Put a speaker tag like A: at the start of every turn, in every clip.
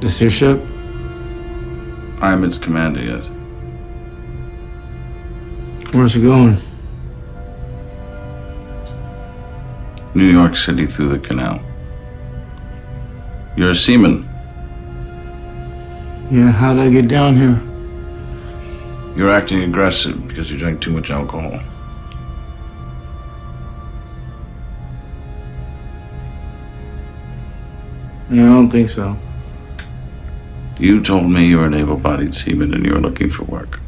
A: This your ship?
B: I am its commander, yes.
A: Where's it going?
B: New York City through the canal. You're a seaman.
A: Yeah, how'd I get down here?
B: You're acting aggressive because you drank too much alcohol.
A: Yeah, I don't think so.
B: You told me you're an able bodied seaman and you're looking for work.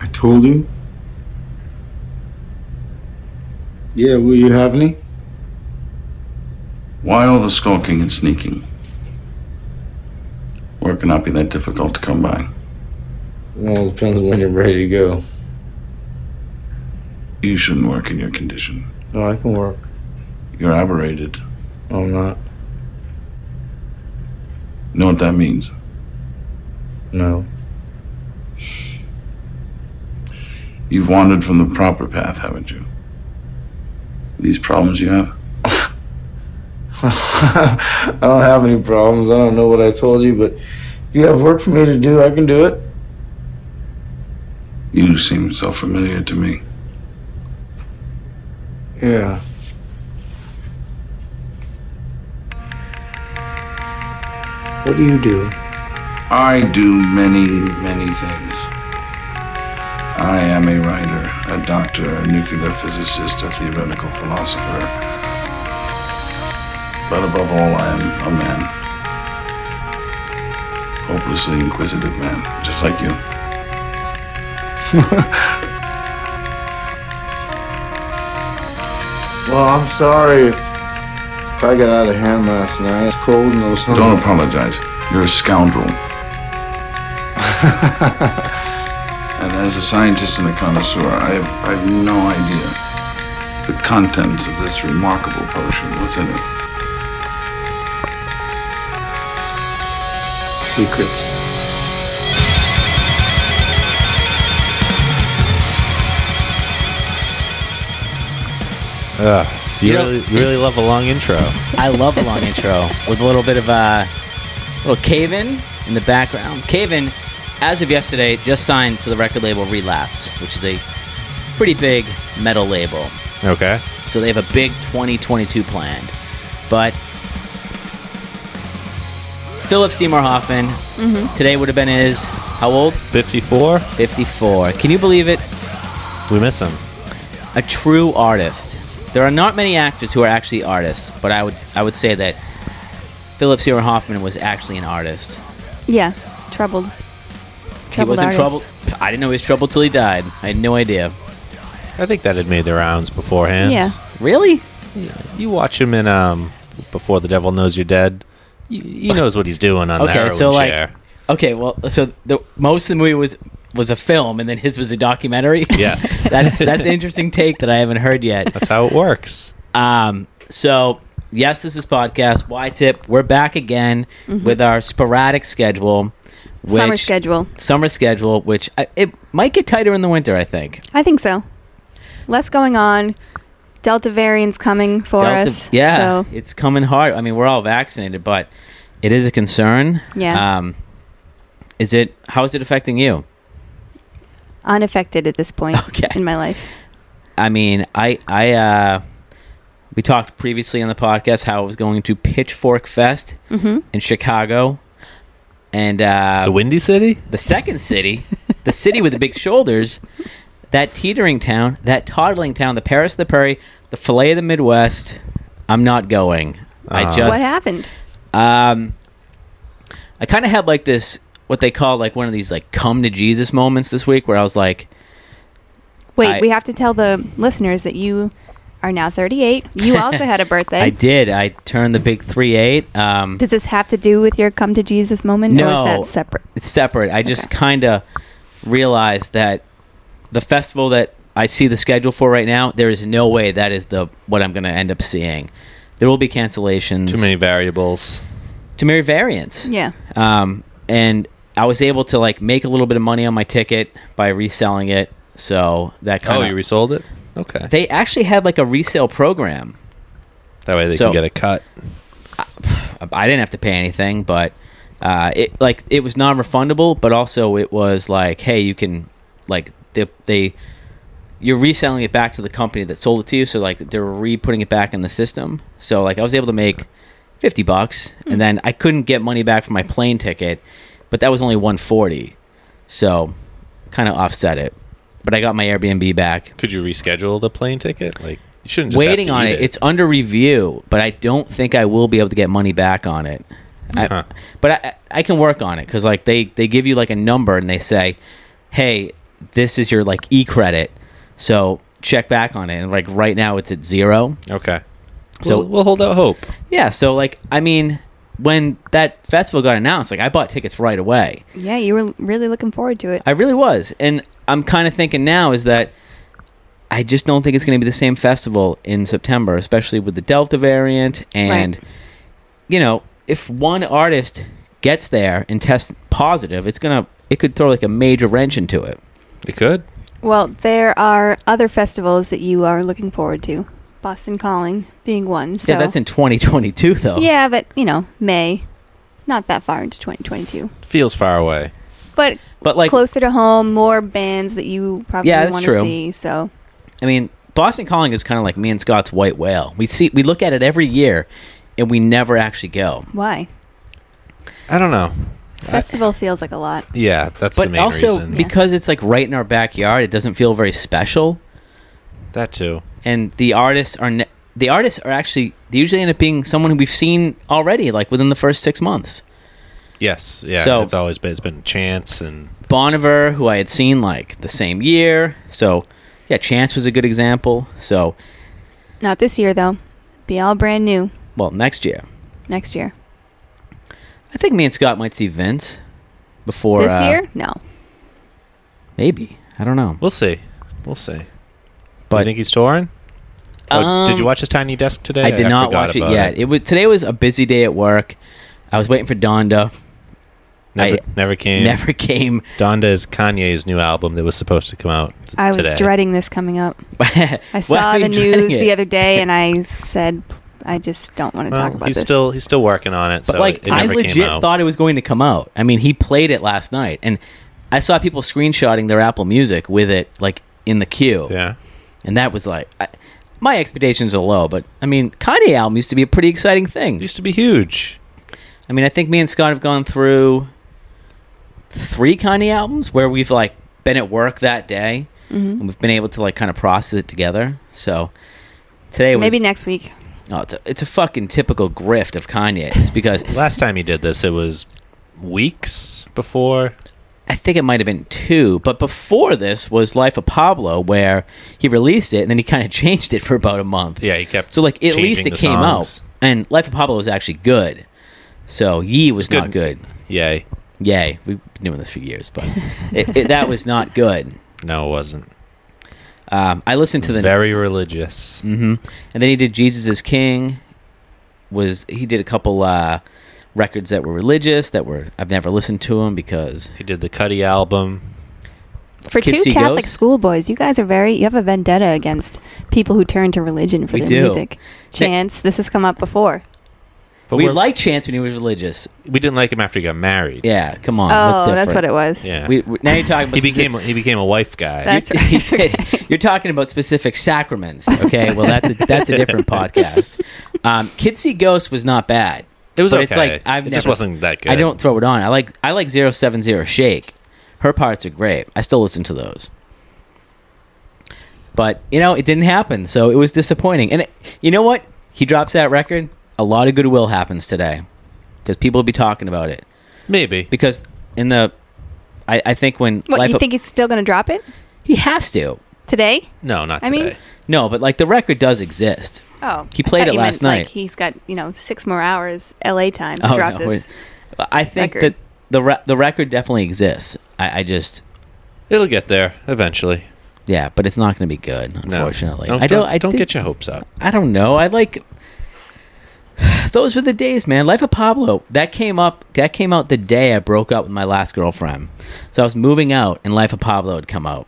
A: I told you. Yeah, will you have any?
B: Why all the skulking and sneaking? Work cannot be that difficult to come by.
A: Well, it depends on when you're ready to go.
B: You shouldn't work in your condition.
A: No, Oh, I can work.
B: You're aberrated.
A: I'm not.
B: Know what that means?
A: No.
B: You've wandered from the proper path, haven't you? These problems you have?
A: I don't have any problems. I don't know what I told you, but if you have work for me to do, I can do it.
B: You seem so familiar to me.
A: Yeah. What do you do?
B: I do many, many things. I am a writer, a doctor, a nuclear physicist, a theoretical philosopher. But above all, I am a man. Hopelessly inquisitive man, just like you.
A: Well, I'm sorry if, if I got out of hand last night. It's cold and I was hungry.
B: Don't apologize. You're a scoundrel. and as a scientist and a connoisseur, I have, I have no idea the contents of this remarkable potion. What's in it?
A: secrets.
C: You
D: Yeah.
C: really, you really love a long intro.
D: I love a long intro with a little bit of a little Caven in the background. Caven, as of yesterday, just signed to the record label Relapse, which is a pretty big metal label.
C: Okay.
D: So they have a big 2022 planned. But Philip Seymour Hoffman, today would have been his, how old?
C: 54.
D: 54. Can you believe it?
C: We miss him.
D: a true artist. There are not many actors who are actually artists, but I would I would say that Philip Seymour Hoffman was actually an artist.
E: Yeah, troubled.
D: he was
E: Troubled
D: in
E: artist.
D: trouble. I didn't know he was troubled till he died. I had no idea.
C: I think that had made the rounds beforehand.
E: Yeah.
D: Really?
C: You watch him in um Before the Devil Knows You're Dead. He, he knows what he's doing on the
D: Okay,
C: heroin
D: so, like-
C: chair.
D: Okay. Well, so the most of the movie was was a film, and then his was a documentary.
C: Yes.
D: that's that's an interesting take that I haven't heard yet.
C: That's how it works.
D: Um, so yes, this is podcast. Why tip? We're back again with our sporadic schedule.
E: Mm-hmm. Summer
D: which-
E: schedule.
D: Summer schedule, which I, it might get tighter in the winter. I think.
E: I think so. Less going on. Delta variant's coming for
D: Delta-
E: us.
D: Yeah,
E: So
D: it's coming hard. I mean, we're all vaccinated, but it is a concern.
E: Yeah.
D: Um, is it? How is it affecting you?
E: unaffected at this point
D: Okay.
E: in my life.
D: I mean, I, I, uh, we talked previously on the podcast how I was going to Pitchfork Fest
E: Mm-hmm.
D: in Chicago, and uh,
C: the Windy City?
D: the second city, the city with the big shoulders, that teetering town, that toddling town, the Paris of the Prairie, the fillet of the Midwest. I'm not going. I
C: Ah.
D: just
E: what happened?
D: Um, I kind of had like this what they call like one of these like come to Jesus moments this week where I was like,
E: Wait,
D: I-
E: we have to tell the listeners that you are now 38. You also had a birthday.
D: I did. I turned the big three eight. Um,
E: Does this have to do with your come to Jesus moment, or
D: No.
E: is that separate?
D: it's separate. I just
E: Okay.
D: kind of realized that the festival that I see the schedule for right now, there is no way that is the what I'm going to end up seeing. There will be cancellations.
C: Too many variables.
D: Too many variants.
E: Yeah.
D: um, and I was able to like make a little bit of money on my ticket by reselling it. So that kind
C: Oh,
D: of
C: you resold it? Okay.
D: they actually had like a resale program.
C: that way they
D: so-
C: can get a cut.
D: I didn't have to pay anything, but uh, it like it was non-refundable, but also it was like, hey, you can like they, they you're reselling it back to the company that sold it to you, so like they're re-putting it back in the system. So like I was able to make fifty bucks, and then I couldn't get money back for my plane ticket, but that was only one forty, so kind of offset it. But I got my Airbnb back,
C: Could you reschedule the plane ticket? Like you shouldn't just have
D: waiting
C: to
D: on
C: eat
D: it. It's under review, but I don't think I will be able to get money back on it. I,
C: Huh.
D: But I, I can work on it because like they they give you like a number and they say, hey, this is your like e credit, so check back on it. And like right now it's at zero.
C: okay.
D: So-
C: So we'll, we'll hold out hope.
D: Yeah, so like I mean, when that festival got announced, like I bought tickets right away.
E: Yeah, you were really looking forward to it.
D: I really was. And I'm kind of thinking now is that I just don't think it's going to be the same festival in September, especially with the Delta variant. And,
E: Right.
D: you know, if one artist gets there and tests positive, it's going to, it could throw like a major wrench into it.
C: It could.
E: Well, there are other festivals that you are looking forward to. Boston Calling being one. So.
D: Yeah, that's in 2022, though.
E: Yeah, but you know, May, not that far into 2022,
C: Feels far away.
E: but
D: But like,
E: closer to home, more bands that you probably
D: Yeah, that's
E: want
D: true.
E: to see. So
D: I mean, Boston Calling is kind of like me and Scott's White Whale. We see, we look at it every year and we never actually go.
E: why?
C: I don't know.
E: Festival feels like a lot.
C: Yeah, that's the
D: But
C: main
D: also,
C: reason.
D: because it's like right in our backyard, it doesn't feel very special.
C: that too.
D: and the artists are ne- the artists are actually they usually end up being someone who we've seen already like within the first six months
C: Yes. Yeah.
D: So-
C: it's always been it's been chance and
D: boniver who i had seen like the same year so yeah chance was a good example so
E: Not this year though. Be all brand new
D: well next year
E: next year.
D: i think me and scott might see vince before
E: this
D: uh,
E: year? No.
D: maybe i don't know
C: we'll see. We'll see. But
D: But-
C: you think he's touring? Oh, did you
D: Um,
C: watch his tiny desk today?
D: I did not
C: forgot
D: watch it
C: about
D: yet it. was today was a busy day at work i was waiting for donda
C: Never,
D: I-
C: never came.
D: never came
C: Donda is Kanye's new album that was supposed to come out. t-
E: I was
C: today.
E: dreading this coming up.
D: i
E: I saw the news the other day, and I said, I just don't want to
C: Well,
E: talk about
C: he's
E: this.
C: still he's still working on it.
D: But
C: so
D: like,
C: it
D: I
C: never came
D: legit
C: out.
D: thought it was going to come out. I mean, he played it last night, and I saw people screenshotting their Apple Music with it like in the queue,
C: yeah,
D: and that was like, I, my expectations are low. But I mean, Kanye album used to be a pretty exciting
C: it
D: thing.
C: used to be huge.
D: I mean, I think me and Scott have gone through three Kanye albums where we've like been at work that day,
E: Mm-hmm.
D: and we've been able to like kind of process it together. So today was
E: Maybe next week.
D: oh, it's, a, it's a fucking typical grift of Kanye's because
C: Last time he did this, it was weeks before.
D: I think it might have been two, but before this was Life of Pablo, where he released it and then he kind of changed it for about a month.
C: Yeah, he kept.
D: So like at
C: changing
D: least it
C: the
D: came
C: songs.
D: out, and Life of Pablo was actually good. So Yee was
C: It's good.
D: not good.
C: Yay!
D: Yay, we've been doing this for years, but it, it, that was not good.
C: No, it wasn't.
D: Um, I listened to the
C: Very religious.
D: hmm and then he did Jesus is King. Was he did a couple uh, records that were religious that were I've never listened to him because
C: He did the Cuddy album.
E: For
D: Kids
E: two
D: See
E: Catholic
D: Ghosts?
E: schoolboys, you guys are very, you have a vendetta against people who turn to religion for
D: We
E: their
D: do.
E: music. Chance, this has come up before.
C: But
D: we
C: we're-
D: liked Chance when he was religious.
C: we didn't like him after he got married.
D: Yeah, come on.
E: oh, that's what it was.
C: Yeah.
D: We, we, now you're talking about
C: he
D: specific-
C: became he became a wife guy.
E: That's-
D: You-
E: right.
D: you did. You're talking about specific sacraments. Okay. Well, that's a, that's a different podcast. Um, Kids See Ghosts was not bad.
C: it was
D: but
C: okay.
D: It's like I've
C: it
D: never,
C: just wasn't that good.
D: I don't throw it on. I like I like zero seven zero shake. Her parts are great. I still listen to those. But you know, it didn't happen, so it was disappointing. And it, you know what? He drops that record. A lot of goodwill happens today because people will be talking about it.
C: maybe.
D: Because in the, I, I think when
E: What,
D: Life
E: you
D: of-
E: think he's still going to drop it
D: he has to.
E: today?
C: No, not
E: I
C: today.
E: mean-
D: No, but like the record does exist.
E: Oh.
D: He
E: I
D: played
E: thought
D: it
E: you
D: last
E: meant,
D: night.
E: Like, he's got, you know, six more hours LA time to
D: Oh,
E: drop
D: no,
E: this.
D: But I think
E: Record.
D: that the re- the record definitely exists. I, I just
C: It'll get there eventually.
D: yeah, but it's not going to be good,
C: No,
D: unfortunately.
C: don't,
D: I don't.
C: don't,
D: I
C: don't
D: think-
C: get your hopes up.
D: I don't know. I like. Those were the days, man. Life of Pablo. That came up. That came out the day I broke up with my last girlfriend. So I was moving out, and Life of Pablo had come out.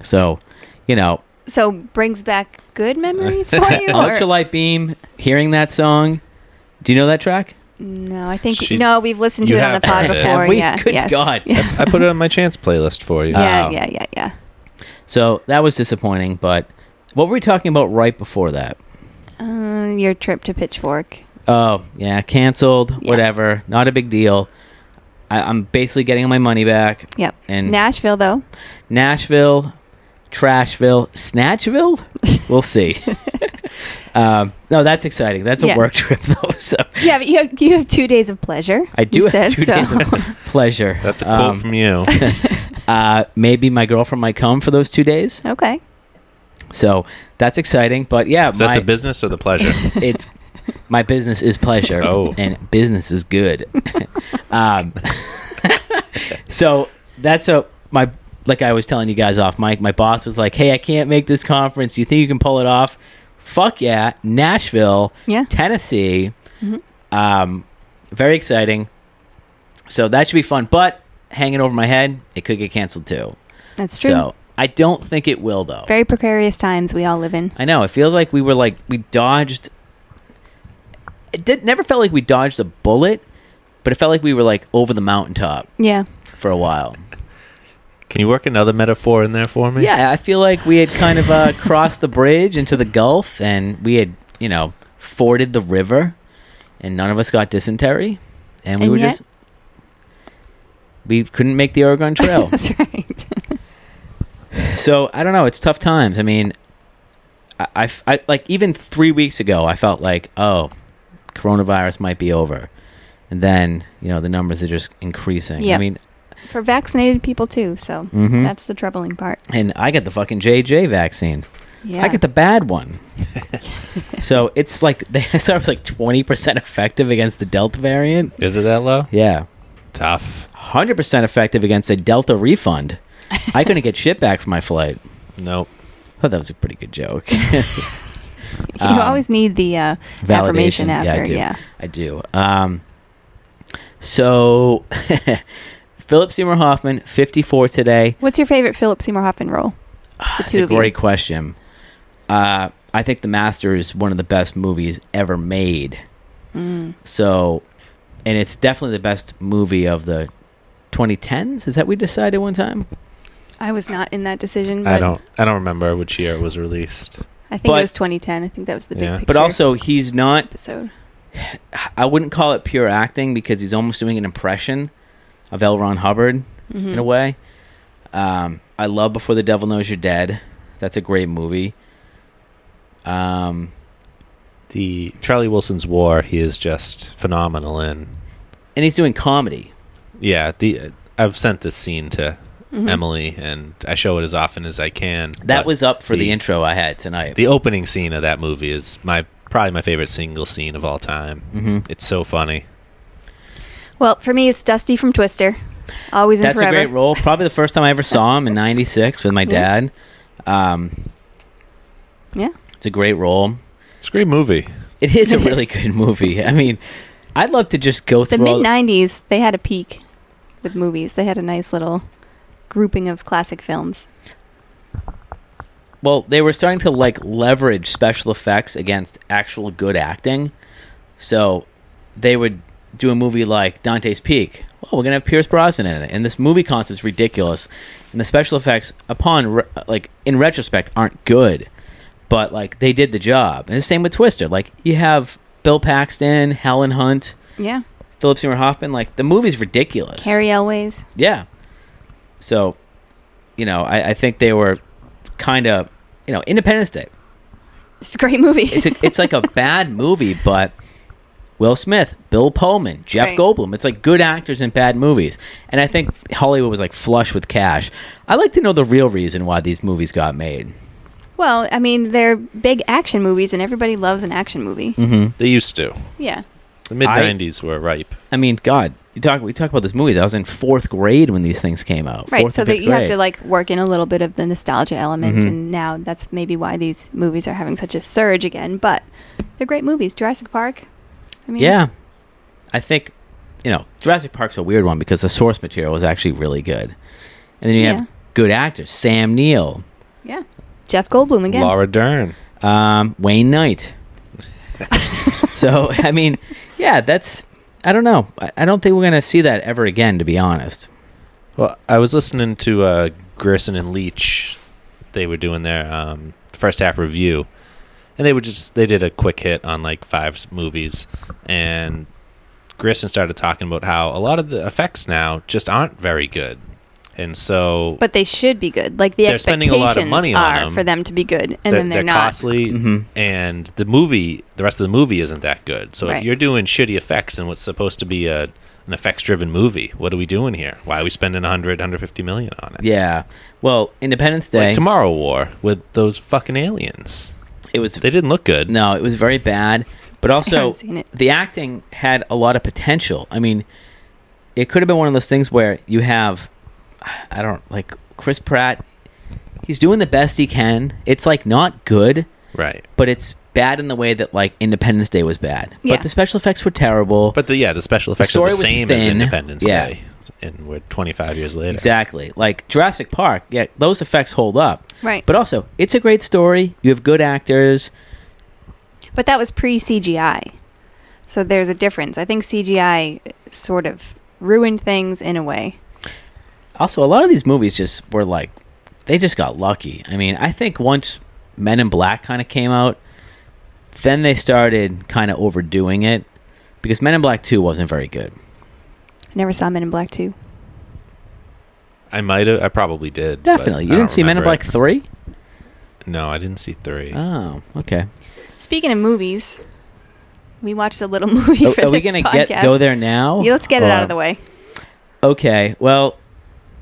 D: So, you know,
E: So
D: Oh,
E: brings back good memories for you? or-
D: Electrolyte Beam, hearing that song, Do you know that track?
E: No, I think
C: She-
E: no. We've listened to
C: You
E: it on the
C: have
E: pod
C: heard it.
E: before.
D: Have we?
E: Yeah.
D: Good
E: yes.
D: God.
E: Yeah.
C: I put it on my chance playlist for you.
E: Yeah,
D: Oh.
E: yeah, yeah, yeah.
D: So that was disappointing, but what were we talking about right before that?
E: Um, your trip to Pitchfork.
D: Oh, yeah, canceled,
E: Yeah.
D: whatever. Not a big deal. I, I'm basically getting my money back.
E: Yep.
D: And
E: Nashville, though.
D: Nashville, Trashville, Snatchville? We'll see. um, no, that's exciting. That's a
E: Yeah.
D: work trip, though. So
E: Yeah, but you have, you have two days of pleasure.
D: I do
E: you
D: have
E: said,
D: two
E: so.
D: days of pleasure.
C: That's a quote
D: Um,
C: from you.
D: uh, maybe my girlfriend might come for those two days.
E: Okay.
D: So that's exciting. But yeah,
C: Is that
D: my-
C: the business or the pleasure?
D: it's my business is pleasure.
C: Oh.
D: and business is good. um, so that's a my like I was telling you guys off mic. My boss was like, "Hey, I can't make this conference. Do you think you can pull it off?" Fuck yeah, Nashville,
E: Yeah. Mm-hmm.
D: Tennessee. Um, very exciting. So that should be fun. But hanging over my head, it could get canceled too.
E: That's true.
D: So I don't think it will though.
E: Very precarious times we all live in.
D: I know. It feels like we were like we dodged. It did, never felt like we dodged a bullet, but it felt like we were like over the mountaintop
E: Yeah.
D: for a while.
C: Can you work another metaphor in there for me?
D: Yeah, I feel like we had kind of uh, crossed the bridge into the Gulf, and we had you know forded the river, and none of us got dysentery, and we
E: And
D: were
E: yet-
D: just we couldn't make the Oregon Trail.
E: That's right.
D: So I don't know. It's tough times. I mean, I, I f- I- like even three weeks ago, I felt like, oh, coronavirus might be over, and then you know the numbers are just increasing. I
E: Yep.
D: mean,
E: For vaccinated people, too. So
D: Mhm.
E: that's the troubling part.
D: and I get the fucking JJ vaccine.
E: Yeah.
D: I get the bad one. so it's like they said it was like twenty percent effective against the Delta variant.
C: Is it that low?
D: Yeah,
C: Tough.
D: hundred percent effective against a Delta refund. I couldn't get shit back for my flight.
C: Nope.
D: I thought that was a pretty good joke.
E: you
D: um,
E: always need the uh, affirmation
D: Validation.
E: after.
D: Yeah, I do.
E: yeah.
D: I do. Um, so, Philip Seymour Hoffman, 54 today.
E: What's your favorite Philip Seymour Hoffman role?
D: Ah, That's
E: two
D: a
E: of you.
D: great question. Uh, I think The Master is one of the best movies ever made.
E: Mm.
D: So, and it's definitely the best movie of the 2010s. Is that what we decided one time?
E: I was not in that decision. But
C: I don't. I don't remember which year it was released.
E: I think
D: but-
E: it was 2010. I think that was the big
C: Yeah.
E: picture
D: But also, he's not
E: episode.
D: I wouldn't call it pure acting because he's almost doing an impression of L. Ron Hubbard
E: Mm-hmm.
D: in a
E: Hmm.
D: way. Um, I love Before the Devil Knows You're Dead. That's a great movie. Um,
C: The Charlie Wilson's War. He is just phenomenal in.
D: and he's doing comedy.
C: Yeah. The uh, I've sent this scene to
E: Mm-hmm.
D: um,
C: Emily, and I show it as often as I can.
D: Mm-hmm. That
C: but
D: was up for the,
C: the-
D: intro I had tonight.
C: the opening scene of that movie is my probably my favorite single scene of all time.
D: Mhm.
C: It's so funny.
E: Well, for me, it's Dusty from Twister. Always and
D: That's
E: forever. Mm-hmm.
D: a great role. Probably the first time I ever saw him in '96 with my dad. Um,
E: Yeah.
D: it's a great role.
C: It's a great movie.
D: It is a really
E: Yes.
D: good movie. I mean, I'd love to just go
E: The
D: through all-
E: mid 90s, they had a peak with movies. They had a nice little grouping of classic films.
D: Well, they were starting to like leverage special effects against actual good acting. So they would do a movie like Dante's Peak. Oh, we're gonna have Pierce Brosnan in it, and this movie concept's ridiculous. And the special effects, upon re- like in retrospect, aren't good, but like they did the job. And the same with Twister. Like you have Bill Paxton, Helen Hunt,
E: Yeah.
D: Philip Seymour Hoffman. Like the movie's ridiculous.
E: Harry Elways.
D: Yeah. So, you know, I, I think they were kind of, you know, Independence Day.
E: It's a great movie.
D: It's a, it's like a bad movie, but Will Smith, Bill Pullman, Jeff
E: Right.
D: Goldblum. It's like good actors in bad movies. And I think Hollywood was like flush with cash. I like to know the real reason why these movies got made.
E: well, I mean, they're big action movies, and everybody loves an action movie.
C: They used to.
E: Yeah.
C: The mid '90s were ripe.
D: I mean, God, you talk we talk about these movies. I was in fourth grade when these things came out.
E: Right.
D: fourth
E: So
D: and
E: that
D: fifth
E: you have
D: grade.
E: to like work in a little bit of the nostalgia element,
C: Mm-hmm.
E: and now that's maybe why these movies are having such a surge again. But they're great movies. Jurassic Park. I mean,
D: Yeah. I think, you know, Jurassic Park's a weird one because the source material was actually really good. And then you
E: Yeah.
D: have good actors Sam Neill,
E: Yeah. Jeff Goldblum again.
C: Laura Dern.
D: um, Wayne Knight. so, I mean, yeah, that's. I don't know. I, I don't think we're gonna see that ever again, to be honest.
C: Well, I was listening to uh, Gerson and Leach. They were doing their um, first half review, and they were just they did a quick hit on like five s- movies, and Gerson started talking about how a lot of the effects now just aren't very good, and so
E: But they should be good. Like the
C: They're spending a
E: expectations
C: lot of money on
E: are
C: them.
E: for them to be good, and then they're, not.
C: costly,
D: Mhm.
C: and the movie, the rest of the movie isn't that good. So
E: Right.
C: if you're doing shitty effects in what's supposed to be a an effects-driven movie, what are we doing here? Why are we spending 100, 150 million on it?
D: Yeah. Well, Independence Day.
C: Like Tomorrow War with those fucking aliens.
D: it was
C: They didn't look good.
D: No, it was very bad. But also,
E: haven't seen it.
D: the acting had a lot of potential. I mean, it could have been one of those things where you have, I don't like Chris Pratt. He's doing the best he can. It's like not good,
C: Right.
D: but it's bad in the way that like Independence Day was bad.
E: Yeah.
D: But the special effects were terrible.
C: But the yeah, the special effects
D: story
C: are the
D: was
C: same as
D: thin.
C: Independence
D: Yeah.
C: Day. And we're 25 years later.
D: Exactly. Like Jurassic Park, yeah, those effects hold up.
E: Right.
D: But also, it's a great story. You have good actors.
E: But that was pre CGI. So there's a difference. I think CGI sort of ruined things in a way.
D: Also, a lot of these movies just were like, they just got lucky. I mean, I think once Men in Black kind of came out, then they started kind of overdoing it because Men in Black 2 wasn't very good.
E: I never saw Men in Black 2.
C: I might have I probably did. but
D: Definitely. You
C: I
D: didn't
C: don't
D: see Men in Black
C: remember
D: 3?
C: it. No, I didn't see 3.
D: Oh, okay.
E: Speaking of movies, we watched a little movie for
D: Are, are we
E: this
D: going to
E: podcast.
D: get go there Oh. now?
E: Yeah, let's get it out of the
D: Or-
E: way.
D: Okay. Well,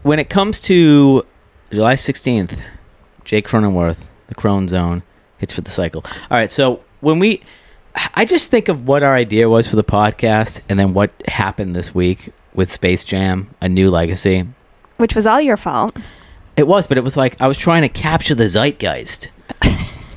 D: when it comes to July 16th, Jake Cronenworth, the Crone Zone, hits for the cycle. All right. So when we, I just think of what our idea was for the podcast and then what happened this week with Space Jam, A New Legacy.
E: Which was all your fault.
D: It was, but it was like I was trying to capture the zeitgeist.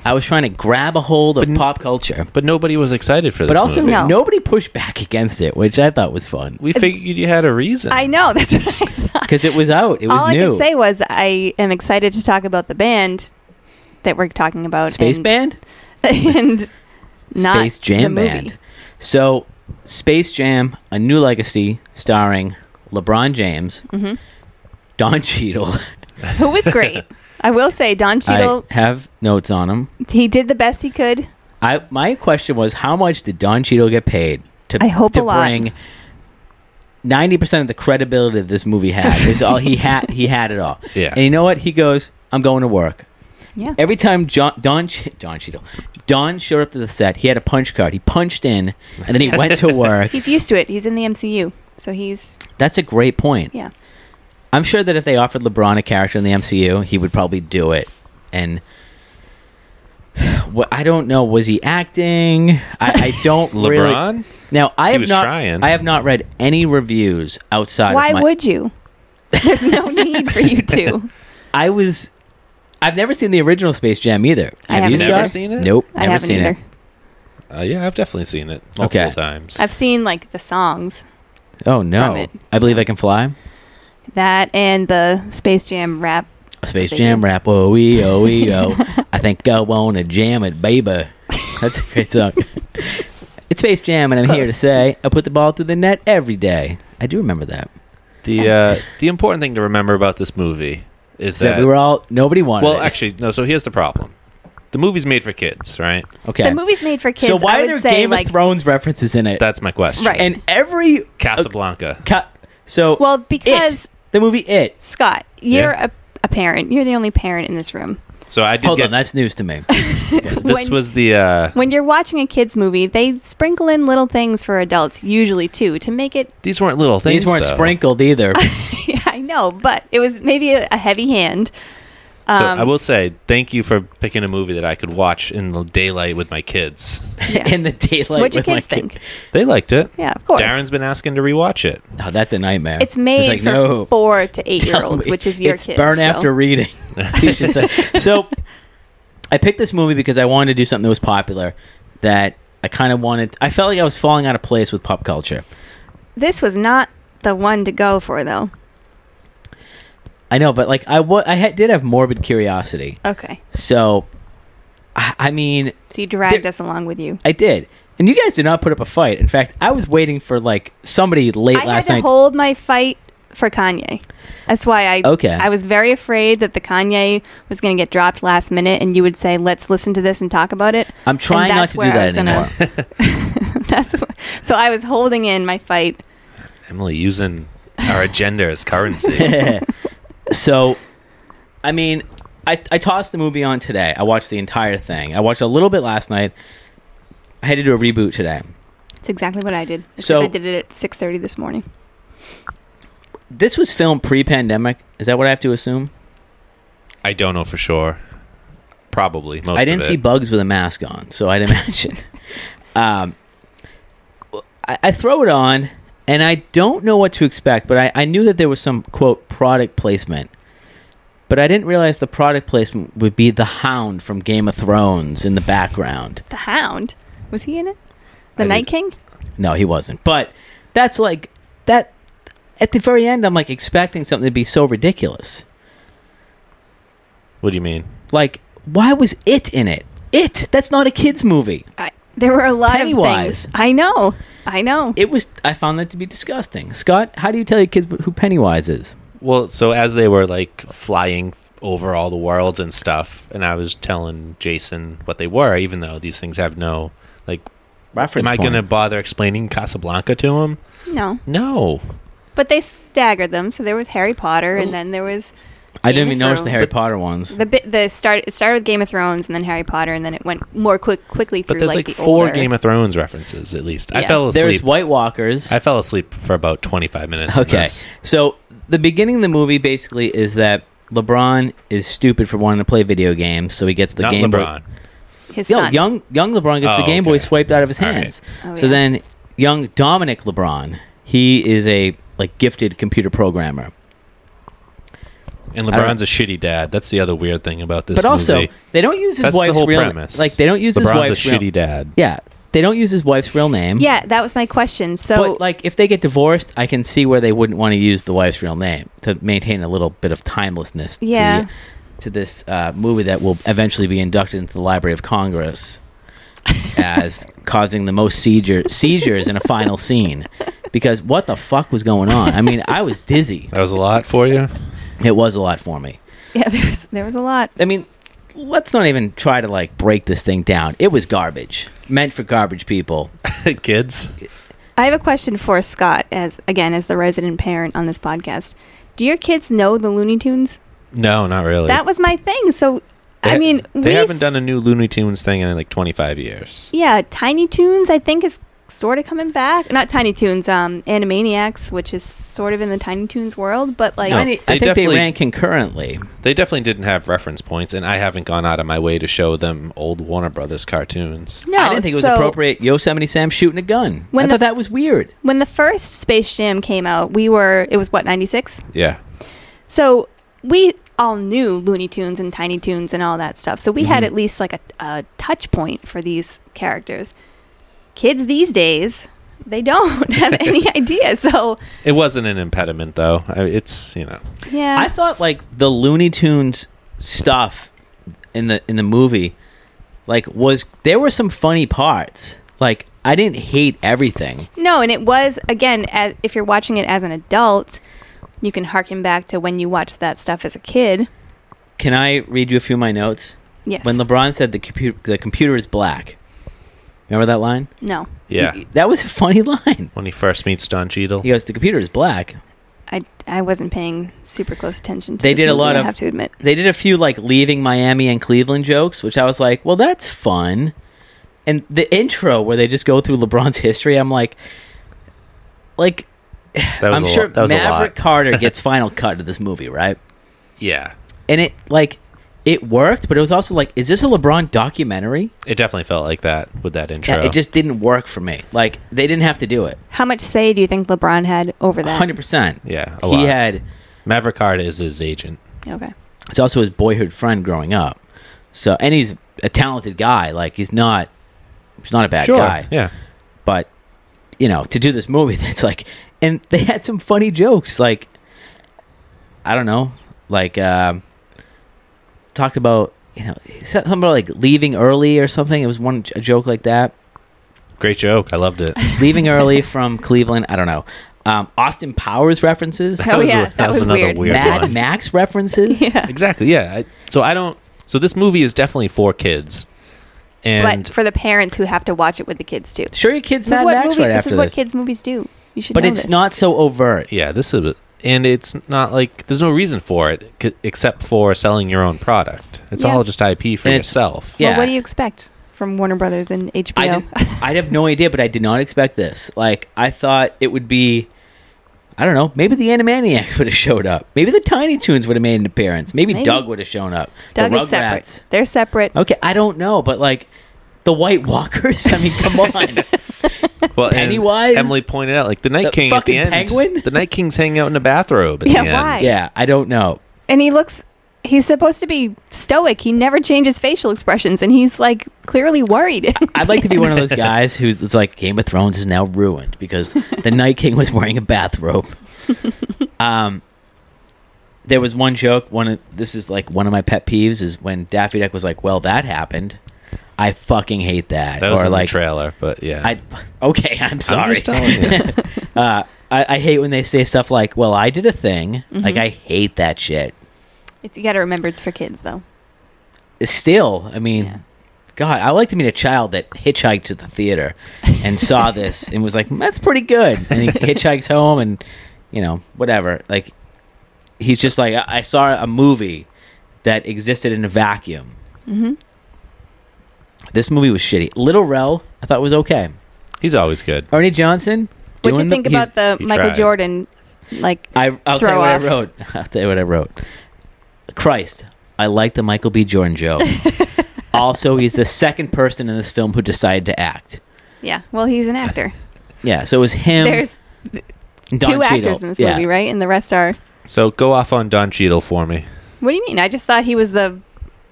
D: I was trying to grab a hold of
C: But n-
D: pop culture.
C: But nobody was excited for this
D: But also,
C: movie.
E: No.
D: nobody pushed back against it, which I thought was fun
C: We figured you had a reason.
E: I know. That's what I thought.
D: because it was out. It was
E: all
D: new.
E: I can say was I am excited to talk about the band that we're talking about.
D: Space
E: and,
D: Band?
E: And not
D: Space Jam
E: the movie.
D: Band. So, Space Jam: A New Legacy, starring LeBron James,
E: Mm-hmm.
D: Don Cheadle.
E: Who was great. I will say Don Cheadle,
D: I have notes on him.
E: he did the best he could.
D: I my question was, how much did Don Cheadle get paid to?
E: I hope
D: to
E: a lot.
D: bring. Ninety percent of the credibility that this movie had is all he had. He had it all.
C: Yeah.
D: And you know what? He goes, "I'm going to work."
E: Yeah.
D: Every time John, Don Ch- Don Cheadle, Don showed up to the set, he had a punch card. He punched in, and then he went to work.
E: He's used to it. He's in the MCU. So he's,
D: That's a great point.
E: yeah.
D: I'm sure that if they offered LeBron a character in the MCU, he would probably do it. And what I don't know, was he acting? I, I don't really-
C: LeBron?
D: Now I
C: He
D: have
C: was
D: not.
C: trying.
D: I have not read any reviews outside.
E: Why
D: of my,
E: would you? There's no need for you to.
D: I was? I've never seen the original Space Jam either.
E: I
D: have you
E: haven't
D: Scott?
E: either.
C: seen it?
D: Nope.
E: I
D: never
E: haven't
D: seen
E: either.
D: it.
C: Uh, yeah, I've definitely seen it multiple
D: Okay.
C: times.
E: I've seen like the songs
D: Oh no!
E: From it.
D: I believe I can fly.
E: that and the Space Jam rap.
D: A Space
E: They
D: Jam
E: do.
D: rap. Oh, ee, oh, ee, oh. I think I want to jam it, baby. That's a great song. it's Space Jam, and I'm here to
E: Close.
D: say I put the ball through the net every day. I do remember that.
C: the uh, the important thing to remember about this movie is
D: So
C: that
D: we were all, nobody wanted
C: Well,
D: it.
C: actually, no. So here's the problem: the movie's made for kids, right?
D: okay.
E: The movie's made for kids.
D: so why
E: I
D: are
E: would
D: there
E: say,
D: Game
E: like,
D: of Thrones references in it?
C: That's my question.
E: Right.
D: and every.
C: Casablanca.
D: Ca- so.
E: Well,
D: It,
E: because
D: the movie It.
E: Scott, you're
C: Yeah.
E: a, a parent. You're the only parent in this room.
C: So I did
D: Hold
C: get
D: on, that's news to me.
C: this
E: when-
C: was the uh,
E: When you're watching a kids movie, they sprinkle in little things for adults usually too to make it.
C: these weren't little things.
D: These weren't
C: though.
D: sprinkled either.
E: I know, but it was maybe a, a heavy hand. Um,
C: So I will say thank you for picking a movie that I could watch in the daylight with my kids.
E: yeah.
D: in the daylight.
E: What'd your
D: with my
E: kids
D: kid-
E: think?
C: They liked it.
E: Yeah, of course.
C: Darren's been asking to rewatch it.
D: Oh, that's a nightmare.
E: It's made
D: like,
E: for
D: no.
E: four to eight year
D: Tell
E: olds,
D: me.
E: which is your
D: it's
E: kids.
D: burn
E: so-
D: after reading. You should say. so I picked this movie because I wanted to do something that was popular that I kind of wanted. I felt like I was falling out of place with pop culture.
E: This was not the one to go for though.
D: I know, but like I wa- I had, did have morbid curiosity.
E: Okay,
D: So I, I mean,
E: so you dragged
D: There-
E: us along with you.
D: I did. And you guys did not put up a fight. In fact, I was waiting for like somebody late
E: I had
D: last
E: to
D: night.
E: hold my fight for Kanye. That's why I
D: Okay.
E: I was very afraid that the Kanye was going to get dropped last minute, and you would say, "Let's listen to this and talk about it."
D: I'm trying
E: And
D: not
E: that's
D: to do
E: where I
D: that
E: was gonna-
D: anymore.
E: that's what, so. I was holding in my fight.
C: Emily using our agenda as currency.
D: so, I mean, I, I tossed the movie on today. I watched the entire thing. I watched a little bit last night. I had to do a reboot today.
E: It's exactly what I did. Except
D: So-
E: I did it at six thirty this morning.
D: This was filmed pre-pandemic. Is that what I have to assume?
C: I don't know for sure. Probably most.
D: I didn't
C: of
D: see
C: it.
D: bugs with a mask on, so I'd imagine. um, I, I throw it on, and I don't know what to expect, but I, I knew that there was some quote product placement, but I didn't realize the product placement would be the Hound from Game of Thrones in the background.
E: The Hound was he in it? The
C: I
E: Night
C: did-
E: King.
D: No, he wasn't. But that's like that. At the very end, I'm like expecting something to be so ridiculous.
C: What do you mean?
D: Like, why was it in it? It. That's not a kids' movie.
E: I, there were a lot
D: Pennywise.
E: of things. I know. I know.
D: It was. I found that to be disgusting. Scott, how do you tell your kids who Pennywise is?
C: Well, so as they were like flying over all the worlds and stuff, and I was telling Jason what they were, even though these things have no like.
D: Reference
C: am I
D: point.
C: going to bother explaining Casablanca to him?
E: no,
C: No.
E: but they staggered them. So there was Harry Potter,
C: Oh.
E: and then there was
D: I didn't
E: Game
D: even
E: of
D: notice the
E: Thrones.
D: Harry Potter ones.
E: the bit. The start. It started with Game of Thrones, and then Harry Potter, and then it went more quick quickly through.
C: But there's
E: like,
C: like,
E: the
C: four
E: older-
C: Game of Thrones references at least. I
E: Yeah.
C: fell
D: There's
C: asleep.
D: White Walkers.
C: I fell asleep for about 25 minutes. in
D: Okay.
C: this.
D: So the beginning of the movie basically is that LeBron is stupid for wanting to play video games, so he gets the
C: Not
D: Game Boy-
C: LeBron.
E: His
D: Yo,
E: son.
D: young young LeBron gets the
C: Oh,
D: Game Boy
C: okay.
D: swiped out of his
C: All right.
D: hands.
E: Oh,
D: so
E: yeah.
D: then young Dominic LeBron, he is a like gifted computer programmer.
C: And
D: I don't-
C: LeBron's a shitty dad. That's the other weird thing about this
D: but also,
C: movie.
D: they don't use his
C: That's
D: wife's
C: the whole
D: real
C: premise.
D: like they don't use his
C: LeBron's
D: wife's
C: a
D: real,
C: shitty dad.
D: Yeah. They don't use his wife's real name.
E: Yeah, that was my question. So
D: but like if they get divorced, I can see where they wouldn't want to use the wife's real name to maintain a little bit of timelessness to the-
E: Yeah.
D: to this uh, movie that will eventually be inducted into the Library of Congress as causing the most seizure, seizures in a final scene. Because what the fuck was going on? I mean, I was dizzy.
C: That was a lot for you.
D: It was a lot for me.
E: yeah, there was there was a lot.
D: I mean, let's not even try to like break this thing down. It was garbage, meant for garbage people.
C: Kids.
E: I have a question for Scott, as again as the resident parent on this podcast. Do your kids know the Looney Tunes?
C: No, not really.
E: That was my thing. So I
C: They-
E: mean,
C: they
E: we
C: haven't
E: s-
C: done a new Looney Tunes thing in like 25 years.
E: Yeah, Tiny Toons I think is sort of coming back. Not Tiny Toons, um, Animaniacs, which is sort of in the Tiny Toons world, but like
D: I, need-
C: they
D: I think they
C: definitely-
D: ran concurrently.
C: They definitely didn't have reference points, and I haven't gone out of my way to show them old Warner Brothers cartoons.
E: no,
D: I didn't think it was
E: so
D: appropriate. Yosemite Sam shooting a gun.
E: When
D: I
E: the-
D: thought that was weird.
E: When the first Space Jam came out, we were it was what ninety six.
C: Yeah,
E: So we all knew Looney Tunes and Tiny Toons and all that stuff. So we
D: Mm-hmm.
E: had at least like a, a touch point for these characters. Kids these days, they don't have any idea. So
C: it wasn't an impediment though. I, it's you know,
E: yeah,
D: I thought like the Looney Tunes stuff in the in the movie, like was there were some funny parts. Like I didn't hate everything.
E: no, and it was again as, if you're watching it as an adult, you can harken back to when you watched that stuff as a kid.
D: Can I read you a few of my notes?
E: Yes.
D: When LeBron said the computer the computer is black, remember that line?
E: no,
C: yeah.
D: He- that was a funny line.
C: When he first meets Don Cheadle,
D: He goes, the computer is black.
E: I, I wasn't paying super close attention to.
D: They
E: this
D: did a
E: movie,
D: lot
E: I
D: of-
E: have to admit.
D: they did a few like leaving Miami and Cleveland jokes, which I was like, well, that's fun. And the intro where they just go through LeBron's history, I'm like, like
C: that was
D: I'm
C: a
D: sure
C: lot. That was a
D: Maverick
C: lot.
D: Carter gets final cut of this movie, right?
C: yeah,
D: And it like it worked, but it was also like, is this a LeBron documentary?
C: it definitely felt like that with that intro.
D: Yeah, It just didn't work for me. Like they didn't have to do it.
E: How much say do you think LeBron had over that?
D: Hundred percent.
C: yeah, a
D: He
C: lot.
D: had.
C: Maverick Carter is his agent.
E: Okay.
D: It's also his boyhood friend growing up. So and he's a talented guy. Like he's not. He's not a bad guy.
C: Yeah,
D: but you know to do this movie that's like and they had some funny jokes like i don't know like um talked about you know he said something about like leaving early or something it was one a joke like that
C: Great joke. I loved it.
D: Leaving early from Cleveland. I don't know. Um, Austin Powers references.
E: Oh,
C: was a-
E: yeah.
C: that
E: That,
C: was
E: was,
C: another
E: weird.
C: weird
D: Mad
C: one.
D: Max references.
E: Yeah.
C: Exactly. Yeah. I, so I don't. So this movie is definitely for kids, and
E: But for the parents who have to watch it with the kids, too.
D: Sure, your kids
E: This
D: Mad
E: is what,
D: Max
E: movie,
D: right
E: this
D: after
E: is what kids' movies do. You should
D: but
E: know
D: it's
E: this.
D: not so overt.
C: yeah, this is. And it's not like there's no reason for it c- except for selling your own product. It's
E: Yeah.
C: all just IP for
D: And it's-
C: yourself.
E: Well,
D: Yeah.
E: what do you expect from Warner Brothers and
D: I
E: HBO?
D: didn't, I'd have no idea, but I did not expect this. Like I thought it would be, I don't know, maybe the Animaniacs would have showed up. Maybe the Tiny Toons would have made an appearance. Maybe,
E: Maybe.
D: Doug would have shown up.
E: Doug
D: the
E: is
D: Rugrats.
E: separate. They're separate.
D: Okay, I don't know, but like the White Walkers. I mean, come on.
C: Well, and
D: Pennywise?
C: Emily pointed out like the Night
D: The
C: King at
D: fucking
C: the end.
D: penguin?
C: The Night King's hanging out in a bathrobe at
E: Yeah,
C: the end.
E: why?
D: yeah, I don't know.
E: And he looks. He's supposed to be stoic. He never changes facial expressions, and he's like clearly worried.
D: I'd like to be one of those guys who's like Game of Thrones is now ruined because the Night King was wearing a bathrobe. Um, there was one joke. One of, this is like one of my pet peeves is when Daffy Duck was like, "Well, that happened." I fucking hate that.
C: That was
D: or
C: in
D: like,
C: the trailer, but yeah.
D: I okay, I'm sorry.
C: just telling you.
D: uh, I, I hate when they say stuff like, "Well, I did a thing."
C: Mm-hmm.
D: Like I hate that shit.
E: It's, you got to remember it's for kids, though.
D: still, I mean, God, I like to meet a child that hitchhiked to the theater and saw this and was like, "That's pretty good." And he hitchhikes home, and you know, whatever. Like, he's just like, I, I saw a movie that existed in a vacuum.
E: Mm-hmm.
D: This movie was shitty. Little Rel, I thought was okay.
C: He's always good.
D: Ernie Johnson.
E: What do
D: doing
E: you
D: the-
E: think
D: he's-
E: about the
C: he
E: Michael
C: tried.
E: Jordan? Like,
D: I, I'll tell
E: throw
D: you what
E: off.
D: I wrote. I'll tell you what I wrote. Christ, I like the Michael B. Jordan joke. also, he's the second person in this film who decided to act.
E: yeah. Well, he's an actor.
D: Yeah, so it was him.
E: There's
D: and Don
E: two actors
D: Cheadle.
E: in this
D: Yeah.
E: movie, right? And the rest are.
C: So go off on Don Cheadle for me.
E: What do you mean? I just thought he was the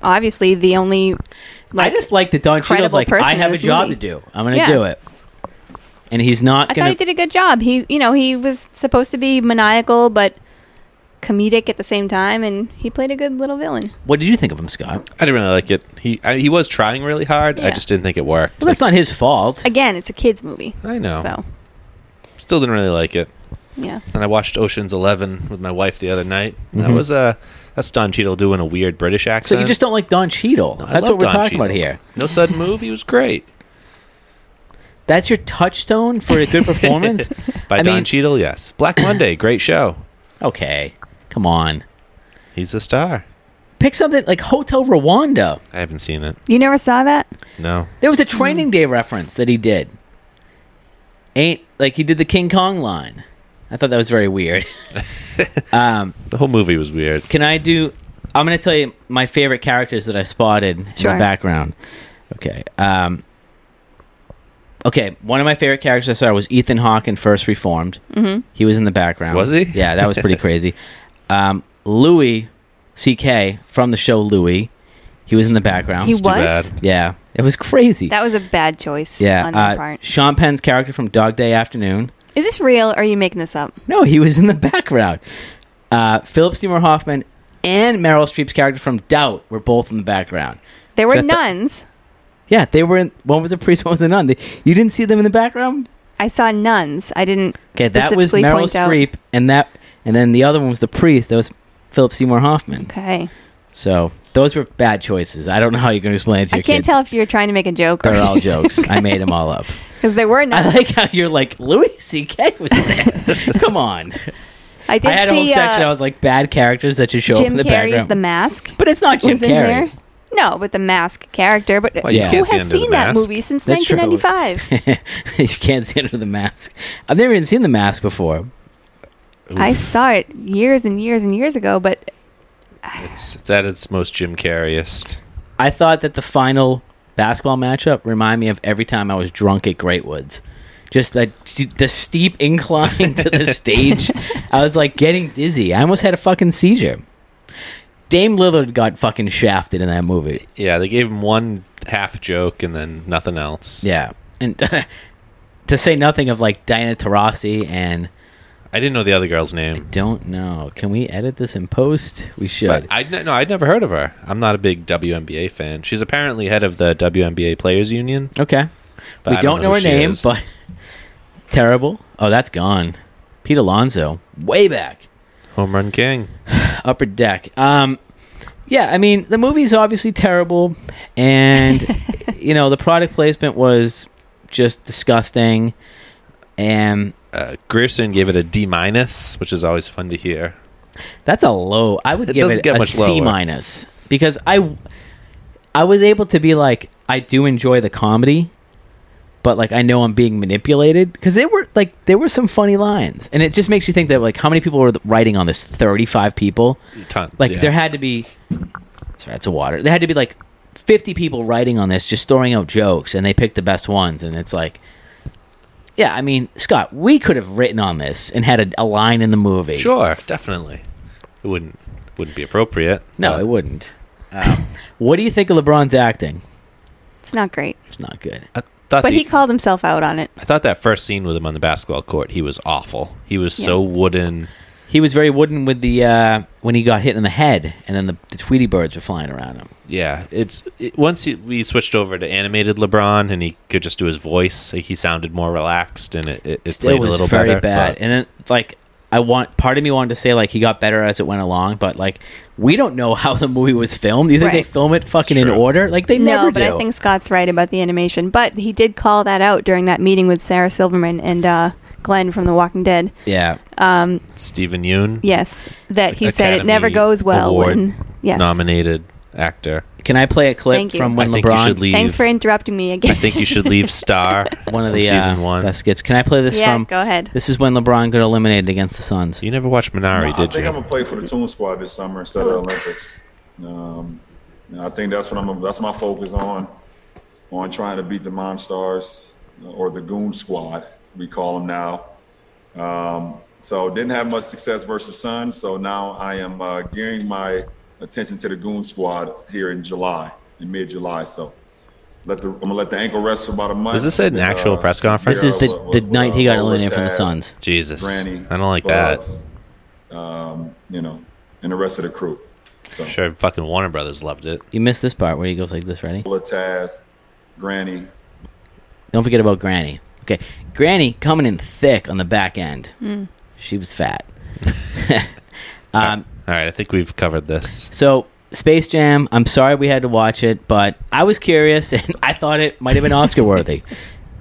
E: obviously the only. Like,
D: I just like that Don Cheadle's
E: credible
D: like,
E: person
D: I
E: in
D: have a
E: this
D: job
E: movie."
D: to do. I'm going to
E: Yeah.
D: do it. And he's not
E: I thought
D: going
E: he did a good job. He, you know, he was supposed to be maniacal but comedic at the same time, and he played a good little villain.
D: What did you think of him, Scott?
C: I didn't really like it. He I, he was trying really hard. I
E: Yeah.
C: just didn't think it worked.
D: Well, that's not his fault.
E: Again, it's a kids' movie,
C: I know.
E: so
C: Still didn't really like it.
E: yeah.
C: And I watched Ocean's Eleven with my wife the other night. and That was uh, that's Don Cheadle doing a weird British
D: Mm-hmm. So
C: accent.
D: you just don't like Don Cheadle.
C: I
D: that's
C: love
D: what we're
C: Don
D: talking
C: Cheadle.
D: about here.
C: No sudden move. He was great
D: That's your touchstone for a good performance?
C: by
D: I
C: Don
D: mean-
C: Cheadle. Yes, Black Monday, great show.
D: okay. Come on.
C: He's a star.
D: Pick something like Hotel Rwanda.
C: I haven't seen it.
E: You never saw that?
C: No,
D: There was a
E: Hmm.
D: training day reference that he did. Ain't like he did the King Kong line. I thought that was very weird. um,
C: the whole movie was weird.
D: can I do? I'm going to tell you my favorite characters that I spotted in
E: Sure.
D: the background. Okay. Um, okay. One of my favorite characters I saw was Ethan Hawke in First Reformed. Mm-hmm. He was in the background.
C: Was he?
D: Yeah, that was pretty crazy. Um, Louis C.K. from the show Louis. He was in the background.
E: He
C: It's too
E: was?
C: bad.
D: yeah, it was crazy.
E: That was a bad choice
D: Yeah,
E: on their
D: uh,
E: part.
D: Sean Penn's character from Dog Day Afternoon.
E: Is this real or are you making this up?
D: No, he was in the background. Uh, Philip Seymour Hoffman and Meryl Streep's character from Doubt were both in the background.
E: There were
D: Just the-
E: nuns.
D: Yeah, they were in. One was a priest, one was a nun. They, you didn't see them in the background.
E: I saw nuns. I didn't
D: Okay, that was
E: specifically
D: Meryl
E: point out.
D: Streep, and that, and then the other one was the priest. That was Philip Seymour Hoffman.
E: Okay.
D: So those were bad choices. I don't know how you're going to explain it to
E: I
D: your
E: can't
D: kids.
E: tell if you're trying to make a joke or
D: They're all jokes. I made them all up.
E: Because there were
D: I
E: nuns.
D: like how you're like Louis C.K. was there. Come on.
E: I did
D: I had a whole
E: see
D: section. I
E: uh,
D: was like bad characters that should show up
E: Jim
D: in the
E: Carrey's
D: background.
E: The Mask.
D: but it's not Jim
E: was in there.
D: Carrey.
E: No, but the mask character. But
C: Well, you
D: Yeah.
E: who
C: can't see
E: has
C: under the
E: seen that
C: mask.
E: movie since
D: That's true.
E: 1995?
D: you can't see under the mask. I've never even seen the mask before.
E: I saw it years and years and years ago, but
C: It's it's at its most Jim Carreyest.
D: I thought that the final basketball matchup reminded me of every time I was drunk at Great Woods. Just that the steep incline to the stage. I was like getting dizzy. I almost had a fucking seizure. Dame Lillard got fucking shafted in that movie.
C: Yeah, they gave him one half joke and then nothing else.
D: Yeah. And to say nothing of like Diana Taurasi and
C: I didn't know the other girl's name.
D: don't know. Can we edit this in post? We
C: But
D: should.
C: I no, I'd never heard of her. I'm not a big WNBA fan. She's apparently head of the WNBA Players Union,
D: okay.
C: But
D: we
C: I
D: don't know,
C: who
D: her
C: she
D: name,
C: is.
D: but terrible. Oh, that's gone. Pete Alonso, way back,
C: Home Run King.
D: Upper Deck. Um, yeah, I mean the movie's obviously terrible, and you know the product placement was just disgusting. And
C: Uh, Grierson gave it a D minus, which is always fun to hear.
D: that's a low. I would
C: It
D: give
C: doesn't
D: it
C: get
D: a
C: much
D: C
C: lower.
D: minus because I I was able to be like I do enjoy the comedy, but like I know I'm being manipulated because there were like there were some funny lines, and it just makes you think that like how many people were writing on this? Thirty five people.
C: Tons.
D: Like
C: yeah.
D: there had to be. Sorry, that's a water. There had to be like fifty people writing on this, just throwing out jokes, and they picked the best ones, and it's like. Yeah, I mean, Scott, we could have written on this and had a, a line in the movie.
C: sure, definitely. It wouldn't wouldn't be appropriate.
D: No,
C: but
D: it wouldn't. what do you think of LeBron's acting?
E: It's not great.
D: It's not good.
C: I thought the-
E: But he called himself out on it.
C: I thought that first scene with him on the basketball court, he was awful. He was so wooden.
D: He was very wooden with the uh, when he got hit in the head, and then the, the Tweety birds were flying around him.
C: Yeah, it's it, once he, we switched over to animated LeBron, and he could just do his voice. Like, he sounded more relaxed, and it, it, it
D: Still
C: played
D: was
C: a little
D: very
C: better,
D: bad.
C: but-
D: And then like I want part of me wanted to say like he got better as it went along, but like we don't know how the movie was filmed. You think they
E: Right.
D: film it fucking
C: It's
D: in
C: true.
D: order? Like they
E: No,
D: never
E: but
D: do.
E: I think Scott's right about the animation. But he did call that out during that meeting with Sarah Silverman and uh, Glenn from The Walking Dead.
D: yeah.
E: Um,
C: Stephen Yoon,
E: yes, that he said it
C: Academy
E: never goes well
C: Award
E: when. Yes.
C: nominated actor.
D: Can I play a clip
E: Thank you.
D: from when
C: I think you
D: LeBron
C: should leave.
E: Thanks for interrupting me again.
C: I think you should leave Star.
D: one of
C: from
D: the uh,
C: season one.
D: best skits? Can I play this
E: yeah,
D: from?
E: go ahead.
D: This is when LeBron got eliminated against the Suns.
C: you never watched Minari,
F: I
C: did
F: think I'm
C: you?
F: gonna play for the Toon Squad this summer instead of Olympics. Um, and I think that's what I'm. That's my focus on, on trying to beat the Monstars uh, or the Goon Squad, we call them now. Um, so didn't have much success versus Suns. So now I am uh, gearing my attention to the Goon Squad here in July, in mid-July. So. Let the, I'm gonna let the ankle rest for about a month.
C: Was this an
F: and,
C: actual press conference?
D: This is
F: figure
D: the
F: out
D: the
F: what- what-
D: night he
F: what
D: got
F: all
D: eliminated from the
F: tasks
D: Suns.
C: Jesus,
F: Granny.
C: I don't like
F: Bugs,
C: that.
F: Um, you know, and the rest of the crew. So
C: Sure, fucking Warner Brothers loved it.
D: You missed this part where he goes like this. Ready?
F: Lola Taz, Granny.
D: Don't forget about Granny. Okay, Granny coming in thick on the back end. She was fat. um,
C: All right, I think we've covered this.
D: so Space Jam. I'm sorry we had to watch it, but I was curious and I thought it might have been Oscar worthy.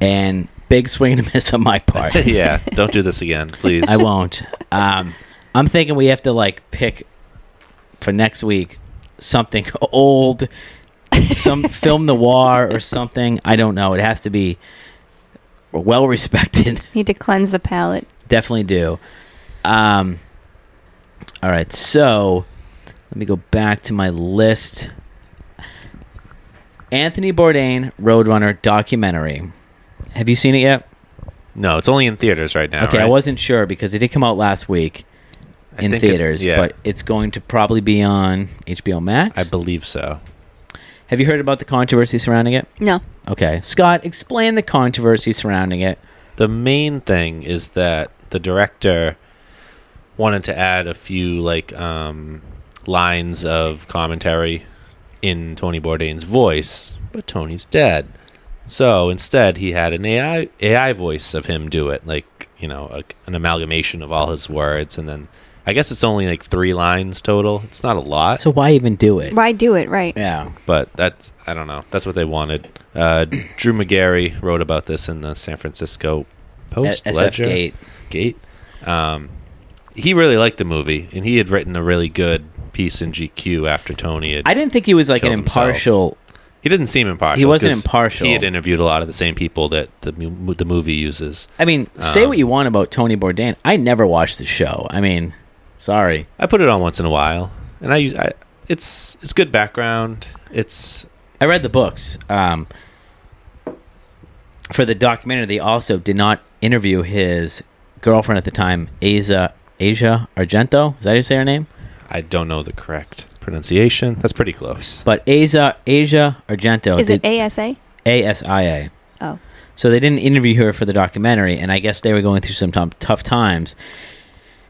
D: and big swing and a miss on my part.
C: yeah, don't do this again, please.
D: I won't. Um, I'm thinking we have to like pick for next week something old, some film noir or something. I don't know. It has to be well respected.
E: Need to cleanse the palate.
D: Definitely do. Um, all right, so let me go back to my list. Anthony Bourdain Roadrunner documentary. Have you seen it yet?
C: No, it's only in theaters right now.
D: okay, I
C: right?
D: wasn't sure because it did come out last week
C: I
D: in
C: think it-
D: theaters,
C: yeah.
D: but it's going to probably be on HBO Max.
C: I believe so.
D: Have you heard about the controversy surrounding it?
E: No.
D: Okay, Scott, explain the controversy surrounding it.
C: The main thing is that the director wanted to add a few like um, lines of commentary in Tony Bourdain's voice, but Tony's dead. So instead, he had an AI AI voice of him do it, like you know, a, an amalgamation of all his words, and then I guess it's only like three lines total. It's not a lot.
D: So why even do it?
E: Why do it? Right.
D: Yeah.
C: but that's I don't know. That's what they wanted. Uh, Drew McGarry wrote about this in the San Francisco Post
D: SF
C: Ledger
D: Gate.
C: Gate. Um, he really liked the movie, and he had written a really good piece in GQ after Tony had.
D: I didn't think he was like an
C: Killed himself.
D: impartial.
C: he didn't seem impartial.
D: He wasn't
C: 'cause
D: impartial.
C: He had interviewed a lot of the same people that the mu- the movie uses.
D: I mean, say
C: Um,
D: what you want about Tony Bourdain. I never watched the show. I mean, sorry.
C: I put it on once in a while, and I, use- I it's it's good background. It's
D: I read the books. Um, for the documentary, they also did not interview his girlfriend at the time, Asia Asia Argento. Is that how you say her name?
C: I don't know the correct pronunciation. That's pretty close.
D: But Asia Asia Argento
E: Is it
D: did
E: ASA?
D: ASIA.
E: Oh.
D: So they didn't interview her for the documentary, and I guess they were going through some tom- tough times.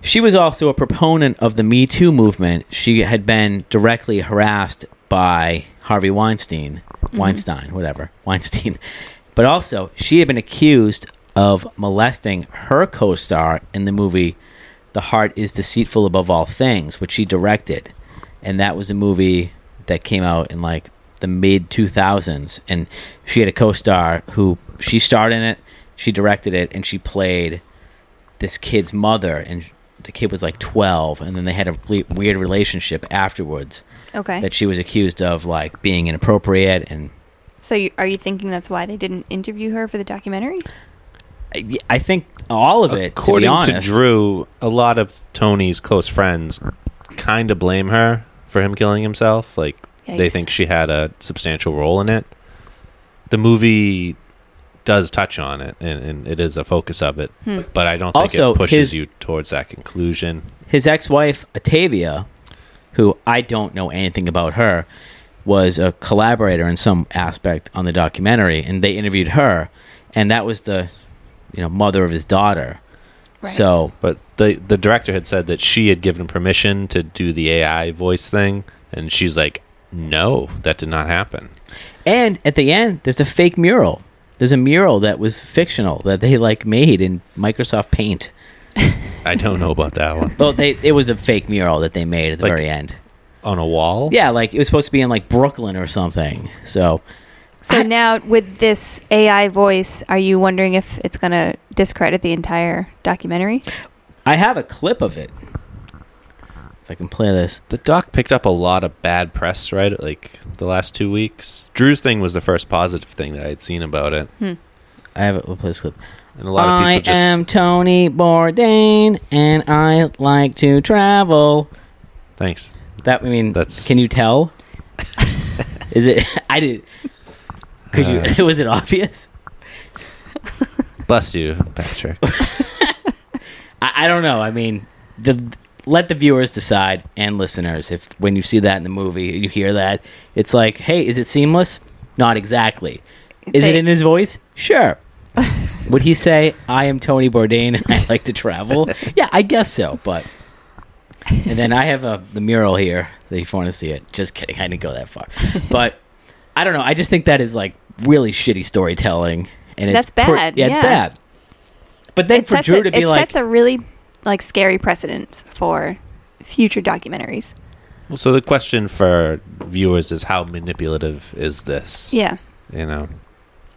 D: She was also a proponent of the Me Too movement. She had been directly harassed by Harvey Weinstein, Weinstein, whatever, Weinstein, But also, she had been accused of molesting her co star in the movie The Heart is Deceitful Above All Things, which she directed. And that was a movie that came out in like the mid 2000s. And she had a co star who she starred in it, she directed it, and she played this kid's mother. And the kid was like 12. And then they had a le- weird relationship afterwards
E: Okay.
D: that she was accused of like being inappropriate and
E: So you, are you thinking that's why they didn't interview her for the documentary?
D: I I think all of it.
C: According
D: to, be
C: to,
D: honest,
C: Drew, a lot of Tony's close friends kind of blame her for him killing himself. Like they
E: Yikes.
C: think she had a substantial role in it. The movie does touch on it, and, and it is a focus of it. But I don't think
D: Also,
C: it pushes
D: his-
C: you towards that conclusion.
D: his ex-wife Atavia, who I don't know anything about her, was a collaborator in some aspect on the documentary, and they interviewed her, and that was the, you know, mother of his daughter. So
C: But the the director had said that she had given permission to do the AI voice thing, and she's like, "No, that did not happen."
D: And at the end, there's a fake mural. There's a mural that was fictional that they like made in Microsoft Paint.
C: I don't know about that one.
D: Well, they it was a fake mural that they made at the
C: Like-
D: very end.
C: On a wall?
D: Yeah, like it was supposed to be in like Brooklyn or something. So
E: So now with this AI voice, are you wondering if it's going to discredit the entire documentary?
D: I have a clip of it. If I can play this.
C: The doc picked up a lot of bad press, right? Like the last two weeks. Drew's thing was the first positive thing that I had seen about it,
D: I have it. We'll play this clip.
C: and a lot of
D: Hmm. I
C: people just
D: am Tony Bourdain, and I like to travel.
C: thanks.
D: That I mean,
C: That's-
D: can you tell? Is it? I did. Could
C: Uh.
D: you? was it obvious?
C: Bless you, Patrick.
D: I, I don't know. I mean, the let the viewers decide and listeners if when you see that in the movie, you hear that, it's like, hey, is it seamless? Not exactly. Is it
E: They-
D: in his voice? Sure. Would he say, "I am Tony Bourdain and I like to travel"? yeah, I guess so. But and then I have a the mural here that if you want to see it. Just kidding, I didn't go that far. But I don't know. I just think that is like really shitty storytelling, and it's
E: That's
D: pre-
E: bad,
D: yeah, it's
E: yeah.
D: bad. But then
E: it
D: for
E: sets,
D: Drew
E: a,
D: to be
E: it
D: like,
E: sets a really like scary precedent for future documentaries.
C: so the question for viewers is, how manipulative is this?
E: Yeah.
C: You know,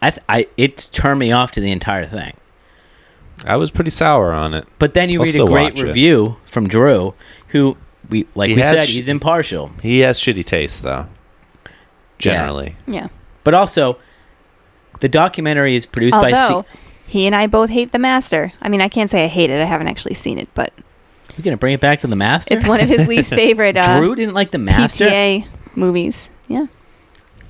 D: I, th- I it turned me off to the entire thing.
C: I was pretty sour on it.
D: But then you
C: I'll
D: read a
C: still
D: great
C: watch it.
D: review from Drew, who we like
C: He
D: we
C: has
D: said
C: sh-
D: he's impartial,
C: He has shitty taste, though. Generally,
E: Yeah.
D: but also the documentary is produced by.
E: Although
D: C-
E: he and I both hate The Master. I mean, I can't say I hate it. I haven't actually seen it, but
D: You're gonna bring it back to the master.
E: it's one of his least favorite uh,
D: Drew didn't like the master.
E: PTA movies. Yeah.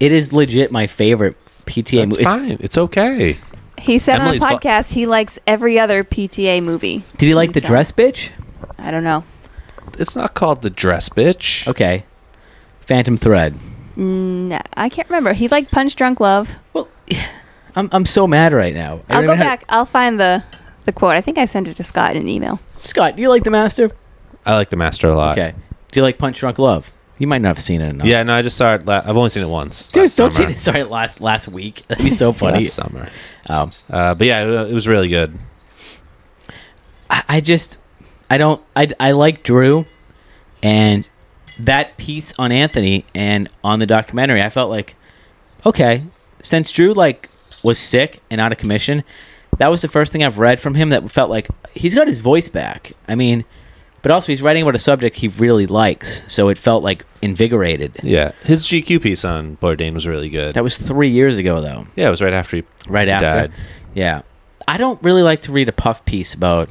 D: It is legit my favorite PTA
C: it's
D: movie. It's-
C: fine. It's, okay.
E: He said
C: Emily's
E: on
C: fa-
E: a podcast he likes every other PTA movie.
D: Did he like the
E: So,
D: dress bitch?
E: I don't know.
C: It's not called the dress bitch.
D: Okay, Phantom Thread.
E: No, Mm, I can't remember. He liked Punch Drunk Love.
D: Well, I'm I'm so mad right now. I don't
E: I'll go
D: know how
E: back. I'll find the the quote. I think I sent it to Scott in an email.
D: To- Scott, do you like the master?
C: I like the master a lot.
D: Okay. Do you like Punch Drunk Love? You might not have seen it enough.
C: Yeah, no, I just saw it. La- I've only seen it once.
D: Dude,
C: last
D: don't see
C: summer.
D: this. Sorry, last last week. That'd be so funny.
C: Last summer.
D: Um,
C: Uh, but yeah, it, it was really good.
D: I, I just, I don't, I, I like Drew, and that piece on Anthony and on the documentary. I felt like, okay, since Drew like was sick and out of commission, that was the first thing I've read from him that felt like he's got his voice back. I mean, but also he's writing about a subject he really likes, so it felt like invigorated.
C: Yeah, his GQ piece on Bourdain was really good.
D: That was three years ago, though.
C: yeah, it was right after he
D: right
C: he
D: after.
C: died.
D: Yeah, I don't really like to read a puff piece about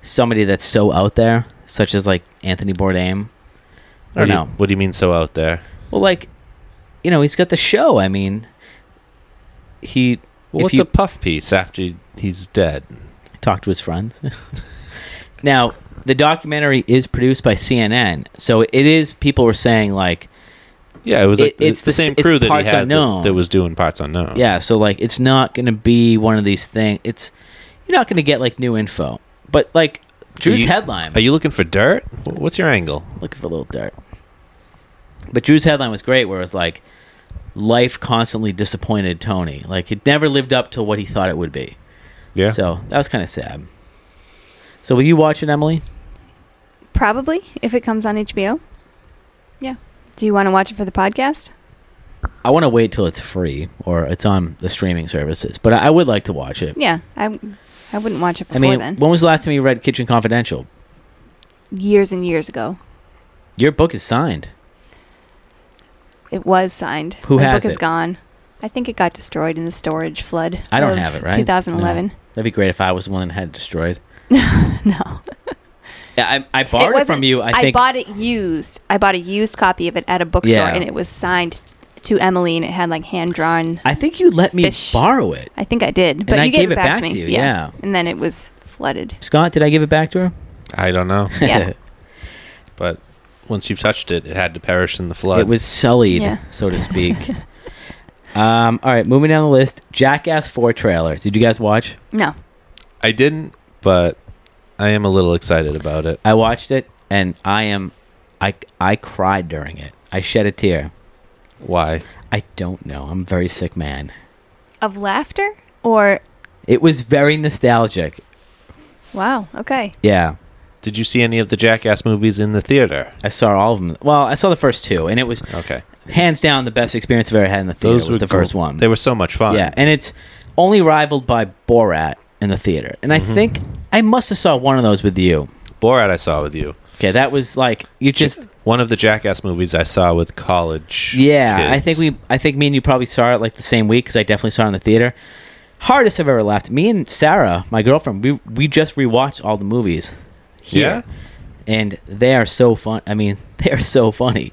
D: somebody that's so out there, such as like Anthony Bourdain. I
C: What
D: don't
C: do you-
D: know.
C: What do you mean so out there?
D: Well, like, you know, he's got the show. I mean, he
C: Well,
D: If
C: what's
D: you-
C: a puff piece after he's dead?
D: talked to his friends. now, the documentary is produced by CNN, so it is. People were saying like,
C: Yeah, it was.
D: It-
C: like the,
D: it's
C: it's
D: the
C: the same
D: s- it's
C: crew that he
D: Parts
C: had that-
D: Unknown.
C: That, was doing parts unknown.
D: yeah, so like, it's not going to be one of these things. It's you're not going to get like new info, but like. Drew's
C: you-
D: headline.
C: Are you looking for dirt? Wh- What's your angle?
D: looking for a little dirt. But Drew's headline was great, where it was like, life constantly disappointed Tony. Like it never lived up to what he thought it would be.
C: Yeah.
D: So that was kind of sad. So will you watch it, Emily?
E: Probably if it comes on HBO. Yeah. Do you want to watch it for the podcast?
D: I want to wait till it's free or it's on the streaming services, but I I would like to watch it.
E: Yeah. I I wouldn't watch it
D: I
E: before
D: mean,
E: then.
D: when was the last time you read Kitchen Confidential?
E: years and years ago.
D: Your book is signed.
E: It was signed.
D: Who
E: My
D: has
E: book is
D: it?
E: gone. I think it got destroyed in the storage flood.
D: I don't
E: of
D: have it, right?
E: 2011.
D: That'd be great if I was the one that had it destroyed.
E: No.
D: Yeah, I, I borrowed it, from
E: wasn't-
D: you. I think
E: bought it used. I bought a used copy of it at a bookstore,
D: Yeah.
E: and it was signed to Emily, and it had like hand drawn.
D: I think you let me
E: Fish.
D: borrow it.
E: I think I did, but
D: I
E: you gave,
D: gave it
E: back,
D: back
E: to me.
D: to you, yeah.
E: and then it was flooded.
D: Scott, did I give it back to her?
C: I don't know,
E: Yeah,
C: but once you've touched it, it had to perish in the flood.
D: it was sullied,
E: Yeah.
D: so to speak. um, all right, moving down the list. Jackass 4 trailer. Did you guys watch?
E: no,
C: I didn't, but I am a little excited about it.
D: I watched it and I am I I cried during it. I shed a tear.
C: Why?
D: I don't know. I'm a very sick man.
E: of laughter or
D: It was very nostalgic.
E: wow. Okay,
D: Yeah.
C: Did you see any of the Jackass movies in the theater?
D: I saw all of them. Well, I saw the first two and it was
C: Okay,
D: hands down the best experience I've ever had in the theater was the
C: cool.
D: first one.
C: They were so much fun.
D: Yeah, and it's only rivaled by Borat in the theater. And
C: Mm-hmm.
D: I think I must have saw one of those with you.
C: Borat I saw with you.
D: Okay, that was like you just
C: One of the Jackass movies I saw with college.
D: yeah. I
C: kids.
D: think we I think me and you probably saw it like the same week because I definitely saw it in the theater. Hardest I've ever laughed. Me and Sarah, my girlfriend, we we just rewatched all the movies here,
C: Yeah?
D: and they are so fun. I mean, they are so funny.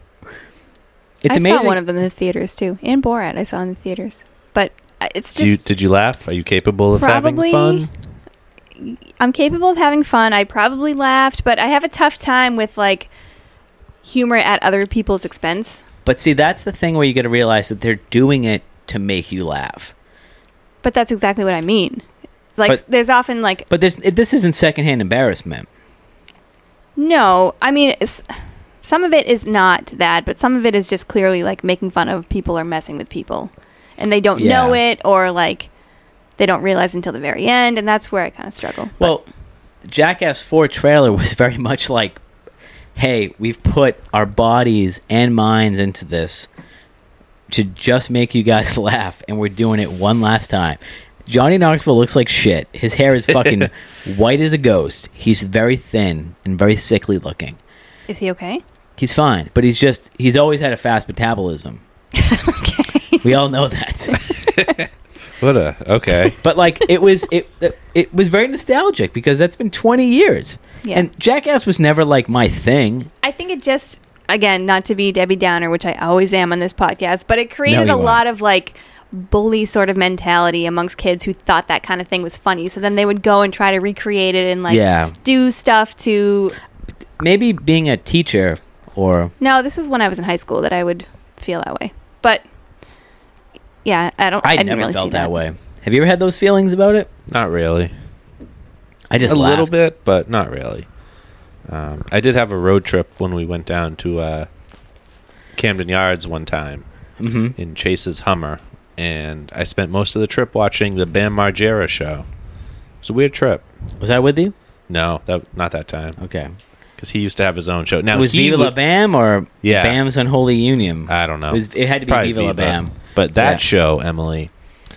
D: It's
E: I
D: amazing.
E: saw one of them in the theaters too, and Borat I saw in the theaters, but uh, it's
C: Do you,
E: just
C: did you laugh? Are you capable of
E: Probably.
C: having fun?
E: I'm capable of having fun. I probably laughed, but I have a tough time with like humor at other people's expense.
D: but see, that's the thing where you got to realize that they're doing it to make you laugh.
E: But that's exactly what I mean. Like,
D: But-
E: there's often like
D: But this it- this isn't secondhand embarrassment.
E: No, I mean, it's, some of it is not that, but some of it is just clearly like making fun of people or messing with people, and they don't know
D: Yeah.
E: it or like they don't realize until the very end, and that's where I kind of struggle.
D: Well, Jackass 4 trailer was very much like, hey, we've put our bodies and minds into this to just make you guys laugh, and we're doing it one last time. Johnny Knoxville looks like shit. His hair is fucking white as a ghost. He's very thin and very sickly looking.
E: Is he okay?
D: He's fine, but he's just, he's always had a fast metabolism. We all know that.
C: What a okay.
D: But like it was it it was very nostalgic because that's been 20 years.
E: Yeah.
D: And Jackass was never like my thing.
E: I think it just again not to be Debbie Downer, which I always am on this podcast, but it created
D: you
E: a
D: won't.
E: lot of like bully sort of mentality amongst kids who thought that kind of thing was funny. So then they would go and try to recreate it and like
D: Yeah.
E: do stuff to
D: Maybe being a teacher or
E: No, this was when I was in high school that I would feel that way. But yeah, I don't.
D: I,
E: didn't
D: never
E: really see
D: felt that way. Have you ever had those feelings about it?
C: not really.
D: I just
C: a little
D: laughed.
C: bit, but not really. Um, I did have a road trip when we went down to uh, Camden Yards one time
D: Mm-hmm.
C: in Chase's Hummer, and I spent most of the trip watching the Bam Margera show. It was a weird trip.
D: Was I with you?
C: No, that not that time
D: Okay.
C: because he used to have his own show. Now
D: It was
C: he
D: Viva La
C: would-
D: Bam or
C: Yeah. Uh,
D: Bam's Unholy Union?
C: I don't know.
D: It, was, it had to be
C: Probably
D: Viva, La Bam.
C: But that
D: Yeah.
C: show, Emily,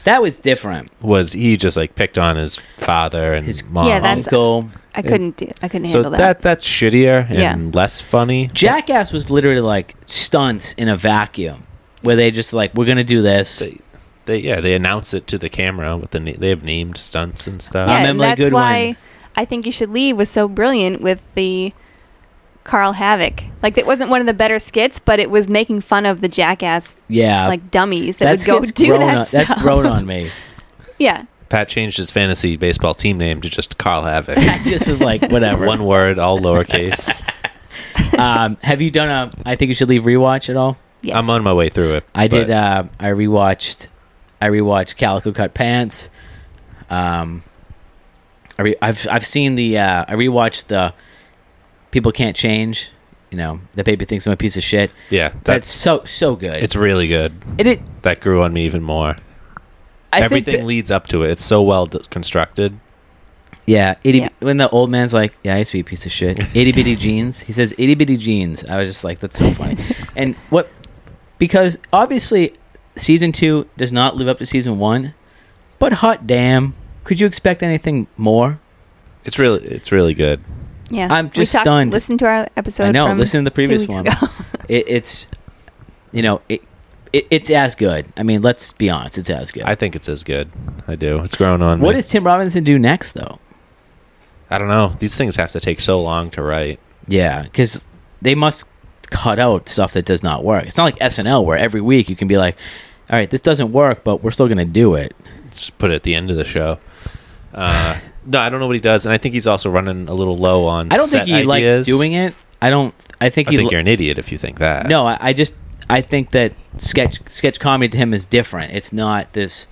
D: That was different.
C: was he just like picked on his father and
D: His-
C: his mom.
E: Yeah, that's-
D: Uncle
E: I couldn't do. I couldn't
C: so
E: handle
C: that.
E: that.
C: that's shittier and
E: Yeah.
C: less funny.
D: Jackass was literally like stunts in a vacuum where they just like we're going to do this.
C: they, they yeah they announce it to the camera with the na- they have named stunts and stuff.
E: yeah,
D: I'm
E: and
D: Emily
E: that's
D: Goodwin.
E: why I think you should leave was so brilliant with the Carl Havoc. Like it wasn't one of the better skits, but it was making fun of the jackass
D: Yeah.
E: like dummies that would go
D: Uh, gets
E: do
D: grown
E: that
D: on,
E: stuff.
D: That's grown on me.
E: yeah,
C: Pat changed his fantasy baseball team name to just Carl Havoc.
D: I just was like, whatever.
C: One word, all lowercase.
D: Um, have you done a? I think you should leave rewatch at all.
E: yes.
C: I'm on my way through it.
D: I did.
C: but
D: Uh, I rewatched. I rewatched Calico Cut Pants. Um, I re- I've I've seen the. Uh, I rewatched the. People can't change. You know, the baby thinks I'm a piece of shit.
C: yeah,
D: That's
C: that's
D: so so good.
C: it's really good.
D: and it
C: that grew on me even more.
D: I
C: Everything
D: Think that-
C: leads up to it. It's so well d- constructed.
D: yeah, itty,
E: Yeah.
D: When the old man's like, "Yeah, I used to be a piece of shit." Itty bitty jeans. He says, "Itty bitty jeans." I was just like, "That's so funny." and what? Because obviously, season two does not live up to season one. But hot damn, could you expect anything more?
C: It's really, it's really good.
E: Yeah,
D: I'm
E: We
D: just stunned.
E: Listen to our episode.
D: I know.
E: From
D: Listen to the
E: two
D: previous
E: weeks
D: one.
E: ago.
D: It, it's, you know, it, it it's as good. I mean, let's be honest, it's as good.
C: I think it's as good. I do. It's grown on me.
D: what does Tim Robinson do next, though?
C: I don't know. These things have to take so long to write.
D: Yeah, because they must cut out stuff that does not work. It's not like SNL where every week you can be like, all right, this doesn't work, but we're still going to do it.
C: Just put it at the end of the show. Uh, no, I don't know what he does, and I think he's also running a little low on.
D: I don't
C: set
D: think he likes
C: ideas.
D: doing it. I don't. I think
C: I
D: he.
C: think
D: li-
C: you're an idiot if you think that.
D: no, I, I just. I think that sketch sketch comedy to him is different. It's not this.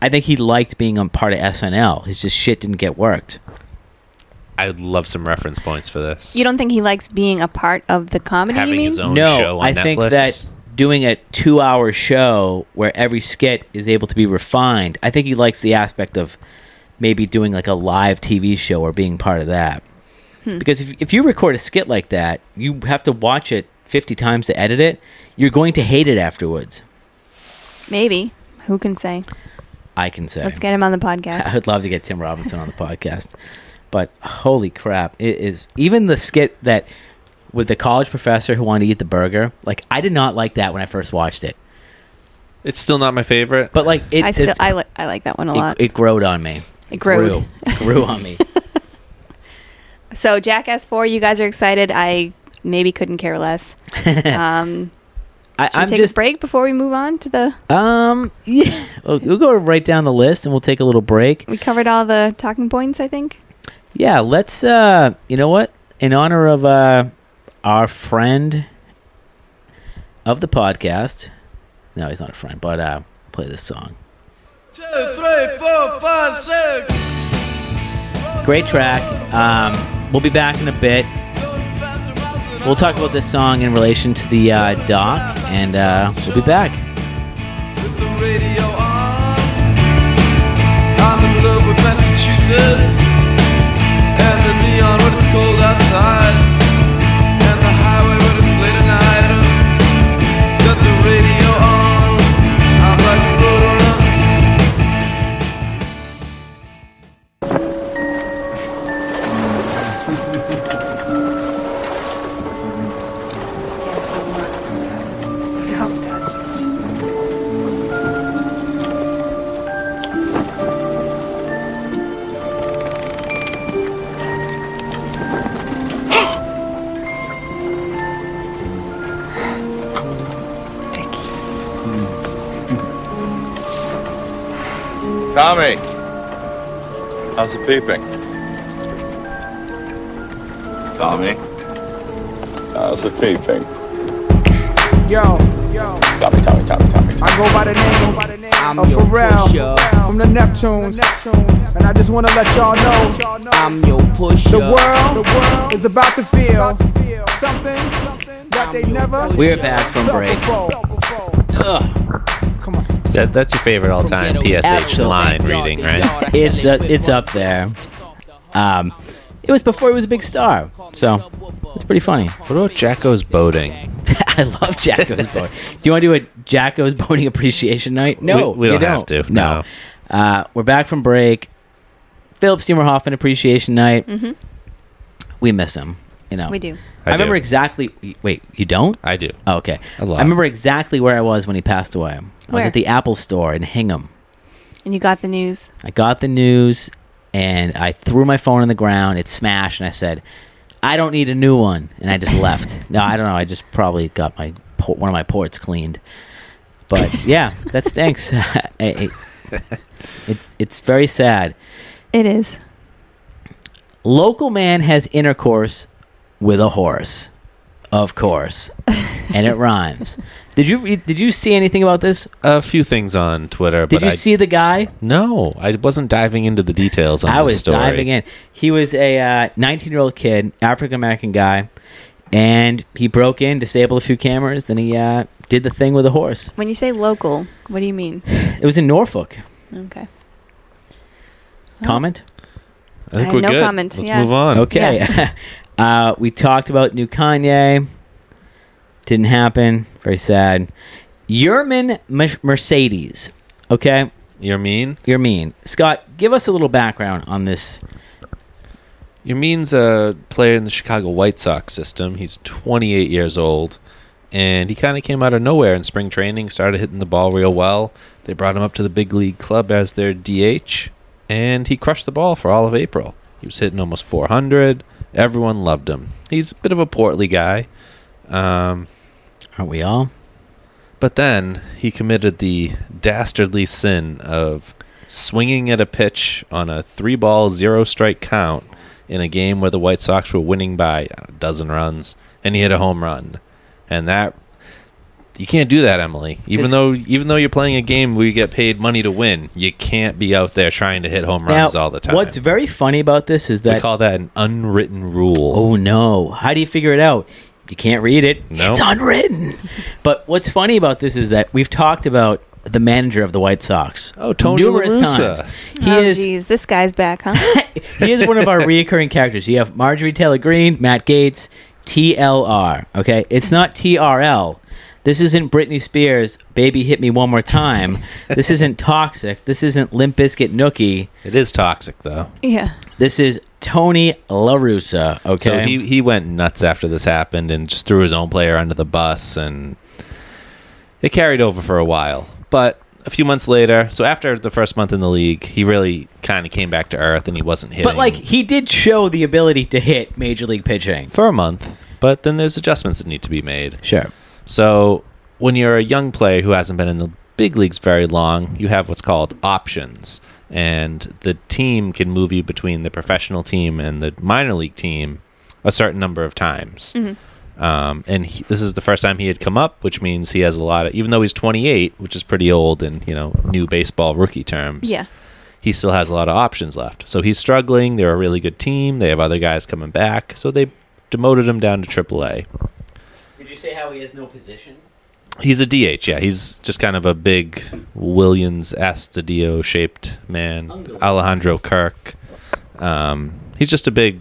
D: I think he liked being on part of SNL. It's just shit didn't get worked.
C: I would love some reference points for this.
E: You don't think he likes being a part of the comedy?
C: having
E: you mean?
C: his own
D: no,
C: show on
D: I
C: Netflix.
D: think that doing a two-hour show where every skit is able to be refined, I think he likes the aspect of maybe doing like a live TV show or being part of that. Because if if you record a skit like that, you have to watch it 50 times to edit it. You're going to hate it afterwards.
E: Maybe. Who can say?
D: I can say.
E: Let's get him on the
D: I
E: podcast.
D: would love to get Tim Robinson on the podcast. But holy crap, it is even the skit that with the college professor who wanted to eat the burger. Like I did not like that when I first watched it.
C: it's still not my favorite.
D: But like it,
E: I still
D: it's-
E: I, li- I like that one a lot.
D: it, it growed on me.
E: It growed.
D: Grew, grew on me.
E: so Jackass Four, you guys are excited. I maybe couldn't care less. Um,
D: I,
E: should we
D: I'm
E: take
D: just
E: a break before we move on to the.
D: um yeah. We'll, we'll go right down the list and we'll take a little break.
E: We covered all the talking points. I think.
D: Yeah, let's. uh You know what? In honor of uh our friend of the podcast. No, he's not a friend, but uh play this song. Great track. Um, we'll be back in a bit. We'll talk about this song in relation to the uh, doc, and uh, we'll be back.
G: with the radio on. I'm in love with Massachusetts and the neon when it's cold outside and the highway when it's late at night. Got the radio on. I'm like a roadrunner.
H: Tommy, how's the peeping? Tommy, how's the peeping?
I: Yo, yo,
H: Tommy, Tommy, Tommy, Tommy.
I: I go by the name, go by the name I'm of Pharrell, from the Neptunes, and I just wanna let y'all know I'm your pusher. The world, the world is about to feel something that they never.
D: We're back from
I: felt
D: break.
I: before.
D: Ugh,
I: Come on.
C: That, that's your favorite all time PSH
D: Absolutely.
C: line reading, right?
D: it's uh, it's up there. Um, it was before he was a big star, so it's pretty funny.
C: What about Jacko's boating?
D: I love Jacko's boating. Do you want to do a Jacko's boating appreciation night? No,
C: We- we
D: you
C: don't have to,
D: No, Uh, we're back from break. Philip Seymour Hoffman appreciation night.
E: Mhm.
D: We miss him. You know,
E: We do.
D: I,
C: do.
D: remember exactly. Wait, you don't?
C: I do.
D: Oh, okay.
C: A lot.
D: I remember exactly where I was when he passed away. I was
E: Where?
D: at the Apple store in Hingham.
E: And you got the news.
D: I got the news and I threw my phone on the ground. It smashed and I said, I don't need a new one. And I just left. No, I don't know. I just probably got my por- one of my ports cleaned. But yeah, that stinks. I- I- it's, it's very sad.
E: It is.
D: Local man has intercourse with a horse. Of course. And it rhymes. Did you read- did you see anything about this?
C: A few things on Twitter,
D: Did
C: but
D: you
C: I,
D: see the guy?
C: No, I wasn't diving into the details on
D: I
C: this
D: was uh,
C: story.
D: diving in. He was a 19 year old kid, African American guy, and he broke in, disabled a few cameras, then he uh, did the thing with a horse.
E: When you say local, what do you mean?
D: It was in Norfolk.
E: Okay.
D: Comment?
E: I think I have we're no good. comment, Let's yeah. move on.
D: Okay.
E: Yeah.
D: uh, we talked about new Kanye. Didn't happen. Very sad. Yerman Mer- Mercedes. Okay.
C: You're mean?
D: You're mean. Scott, give us a little background on this.
C: Your mean's a player in the Chicago White Sox system. He's 28 years old, and he kind of came out of nowhere in spring training. Started hitting the ball real well. They brought him up to the big league club as their DH, and he crushed the ball for all of April. He was hitting almost 400. Everyone loved him. He's a bit of a portly guy. Um,
D: Aren't we all?
C: But then he committed the dastardly sin of swinging at a pitch on a three ball, zero strike count in a game where the White Sox were winning by a dozen runs, and he hit a home run. And that. You can't do that, Emily. Even
D: Does-
C: though even though you're playing a game where you get paid money to win, you can't be out there trying to hit home runs all the time.
D: What's very funny about this is
C: they
D: that
C: call that an unwritten rule.
D: Oh no! How do you figure it out? You can't read it.
C: No.
D: It's unwritten. but what's funny about this is that we've talked about the manager of the White Sox.
C: Oh, Tony
D: numerous
C: La Russa.
D: times. He
E: oh,
D: is
E: jeez, this guy's back, huh?
D: he is one of our reoccurring characters. You have Marjorie Taylor Greene, Matt Gates, TLR. Okay, it's not TRL. This isn't Britney Spears, "Baby Hit Me One More Time." this isn't Toxic. This isn't Limp Bizkit Nookie.
C: It is toxic though.
E: yeah.
D: This is Tony LaRussa. Okay,
C: So he he went nuts after this happened and just threw his own player under the bus and it carried over for a while. But a few months later, so after the first month in the league, he really kind of came back to earth and he wasn't hitting.
D: But like he did show the ability to hit major league pitching.
C: for a month, but then there's adjustments that need to be made.
D: Sure.
C: So when you're a young player who hasn't been in the big leagues very long, you have what's called options. And the team can move you between the professional team and the minor league team a certain number of times. Um, and he, this is the first time he had come up, which means he has a lot of, even though he's 28, which is pretty old in, you know, new baseball rookie terms
E: Yeah.
C: he still has a lot of options left. So he's struggling. They're a really good team. They have other guys coming back. So they demoted him down to AAA.
D: Did you say how he has no position?
C: He's a DH, yeah. He's just kind of a big Williams Astadio shaped man. Alejandro Kirk. Um, he's just a big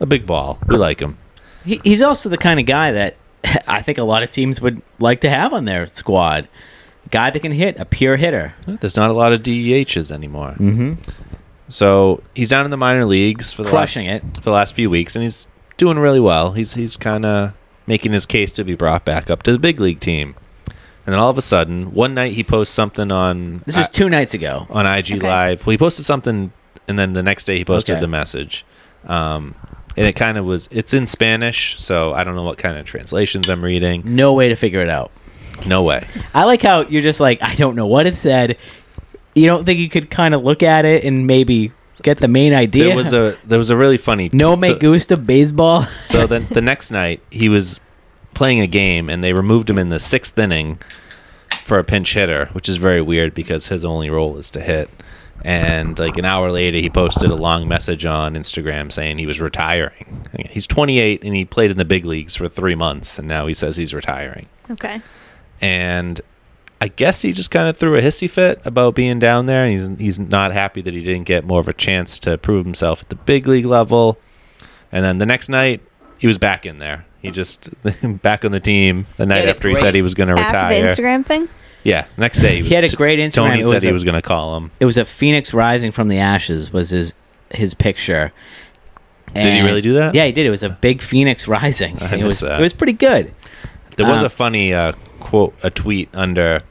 C: a big ball. We like him.
D: He, he's also the kind of guy that I think a lot of teams would like to have on their squad. Guy that can hit, a pure hitter.
C: There's not a lot of DEHs anymore.
D: Mm-hmm.
C: So he's down in the minor leagues for the
D: Crushing
C: last, it for the last few weeks, and he's doing really well. He's he's kind of making his case to be brought back up to the big league team. And then all of a sudden, one night he posts something on
D: This was
C: I-
D: two nights ago.
C: on IG
E: Okay.
C: Live. Well, he posted something, and then the next day he posted
D: Okay.
C: the message. Um, and it kind of was it's in Spanish, so I don't know what kind of translations I'm reading.
D: No way to figure it out.
C: No way.
D: I like how you're just like, I don't know what it said. You don't think you could kind of look at it and maybe get the main idea?
C: There was a there was a really funny
D: no me
C: so-
D: gusta baseball.
C: So then the next night he was playing a game and they removed him in the sixth inning for a pinch hitter, which is very weird because his only role is to hit. And like an hour later, he posted a long message on Instagram saying he was retiring. He's 28 and he played in the big leagues for three months, and now he says he's retiring.
E: Okay.
C: And I guess he just kind of threw a hissy fit about being down there, and he's he's not happy that he didn't get more of a chance to prove himself at the big league level. And then the next night, he was back in there. He just back on the team the night
D: had a
C: after he
D: great-
C: said he was going to retire.
E: After the Instagram thing?
C: Yeah, next day he, was
D: had a
C: t-
D: great Instagram.
C: Tony
D: It
C: said
D: was
C: he
D: a-
C: was going to call him.
D: it was a phoenix rising from the ashes was his his picture.
C: he really do that?
D: Yeah, he did. It was a big phoenix rising.
C: I
D: and it
C: missed
D: was
C: that.
D: it was pretty good.
C: There was
D: Uh,
C: a funny uh, quote, a tweet under.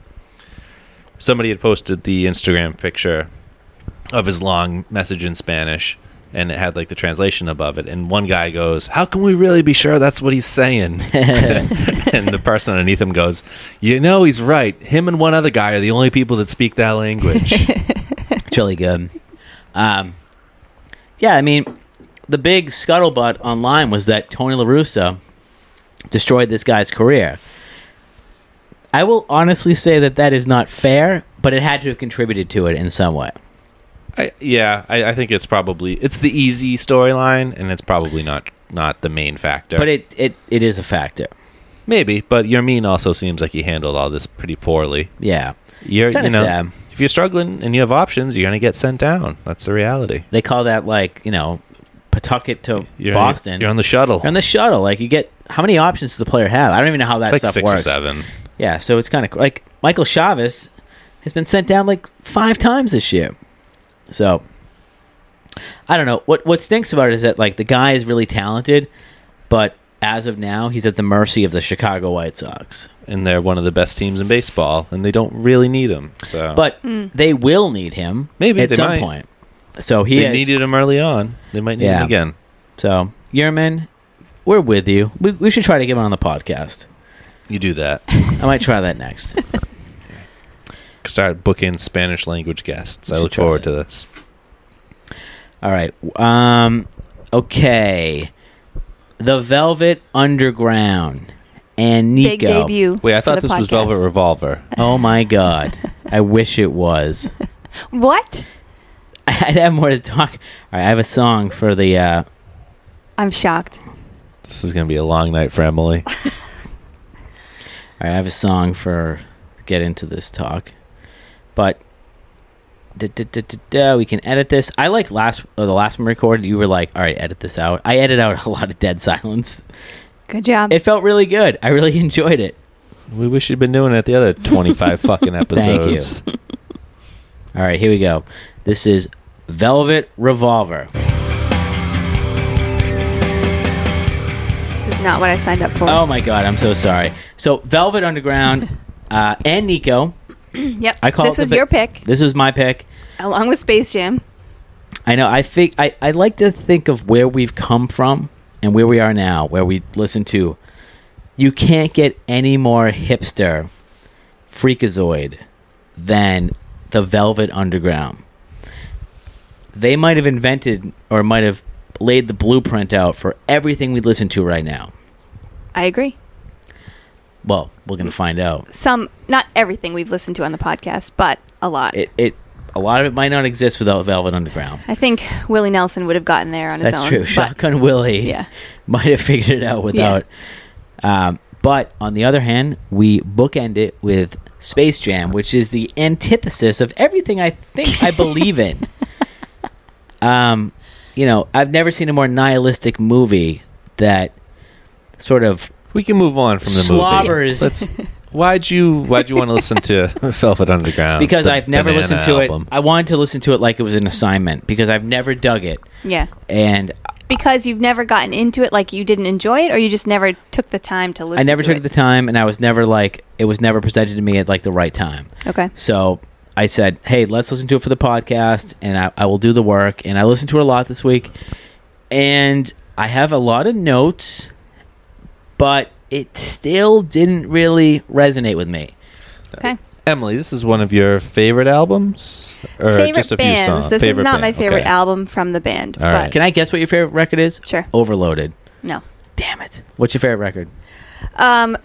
C: Somebody had posted the Instagram picture of his long message in Spanish, and it had like the translation above it. And one guy goes, "How can we really be sure that's what he's saying?" and the person underneath him goes, "You know, he's right. Him and one other guy are the only people that speak that language."
D: It's really good. Um, yeah, I mean, the big scuttlebutt online was that Tony La Russa destroyed this guy's career. I will honestly say that that is not fair, but it had to have contributed to it in some way.
C: I, yeah, I, I think it's probably it's the easy storyline, and it's probably not not the main factor.
D: But it, it, it is a factor.
C: Maybe, but your mean also seems like he handled all this pretty poorly.
D: Yeah.
C: You're
D: It's kinda
C: you know
D: sad.
C: if you're struggling and you have options, you're gonna get sent down. That's the reality.
D: They call that like you know Pawtucket to
C: You're
D: Boston.
C: You're on the shuttle.
D: You're on the shuttle. Like you get how many options does the player have? I don't even know how that
C: it's like
D: stuff
C: six
D: works.
C: or seven.
D: Yeah, so it's kind of like Michael Chavez has been sent down like five times this year. So I don't know what what stinks about it is that like the guy is really talented, but as of now he's at the mercy of the Chicago White Sox.
C: and they're one of the best teams in baseball, and they don't really need him. So,
D: But they will need him
C: Oh. Maybe,
D: at
C: they
D: some
C: might.
D: point. So he
C: they
D: is-
C: needed him early on. They might need
D: Yeah.
C: him again.
D: So, Yerman, we're with you. We, we should try to get him on the podcast.
C: You do that.
D: I might try that next.
C: Start booking Spanish language guests. I
D: should
C: look
D: try
C: forward to this.
D: All right. Um, okay. The Velvet Underground and Nico.
E: Big debut.
C: Wait, I
E: for
C: thought
E: the
C: this was
E: podcast.
C: Velvet Revolver.
D: Oh my God. I wish it was.
E: What?
D: I'd have more to talk. All right. I have a song for the. Uh,
E: I'm shocked.
C: This is going to be a long night for Emily.
D: all right, I have a song for get into this talk, but da, da, da, da, da, we can edit this. I liked last uh, the last one we recorded. You were like, "All right, edit this out." I edit out a lot of dead silence.
E: Good job.
D: It felt really good. I really enjoyed it.
C: we wish you'd been doing it the other 25 fucking episodes.
D: All right, here we go. This is Velvet Revolver.
E: this is not what I signed up for.
D: Oh my god, I'm so sorry. So Velvet Underground uh, and Nico.
E: yep.
D: I call
E: this
D: it the
E: was
D: bi-
E: your pick,
D: This was my pick.
E: along with Space Jam.
D: I know. I think I, I like to think of where we've come from and where we are now, where we listen to. You can't get any more hipster, freakazoid, than the Velvet Underground. They might have invented or might have laid the blueprint out for everything we listen to right now.
E: I agree.
D: Well, we're gonna find out.
E: Some, not everything we've listened to on the podcast, but a lot.
D: It it a lot of it might not exist without Velvet Underground.
E: I think Willie Nelson would have gotten there on his
D: That's
E: own.
D: true.
E: but-
D: Shotgun Willie
E: Yeah.
D: might have figured it out without. Um, but on the other hand, we bookend it with Space Jam, which is the antithesis of everything I think I believe in. Um, you know, I've never seen a more nihilistic movie that sort of
C: We can move on from the
D: slobbers.
C: movie. Let's. Why'd you Why'd you want to listen to Velvet Underground?
D: because
C: uh, the
D: I've never
C: Banana
D: listened to
C: album?
D: it. I wanted to listen to it like it was an assignment because I've never dug it.
E: Yeah.
D: And
E: Because you've never gotten into it, like you didn't enjoy it, or you just never took the time to listen
D: I never
E: to
D: took
E: it.
D: the time and I was never like, it was never presented to me at like the right time.
E: Okay.
D: So I said, "Hey, let's listen to it for the podcast, and I, I will do the work." And I listened to it a lot this week, and I have a lot of notes, but it still didn't really resonate with me.
E: Okay.
C: Emily, this is one of your favorite albums, or
E: favorite
C: just a few
E: bands.
C: songs.
E: This is
C: Favorite
E: not my
C: band,
E: favorite
C: okay.
E: album from the band.
C: All right.
E: but
D: Can I guess what your favorite record is?
E: Sure.
D: Overloaded.
E: No.
D: Damn it! What's your favorite record?
E: Um,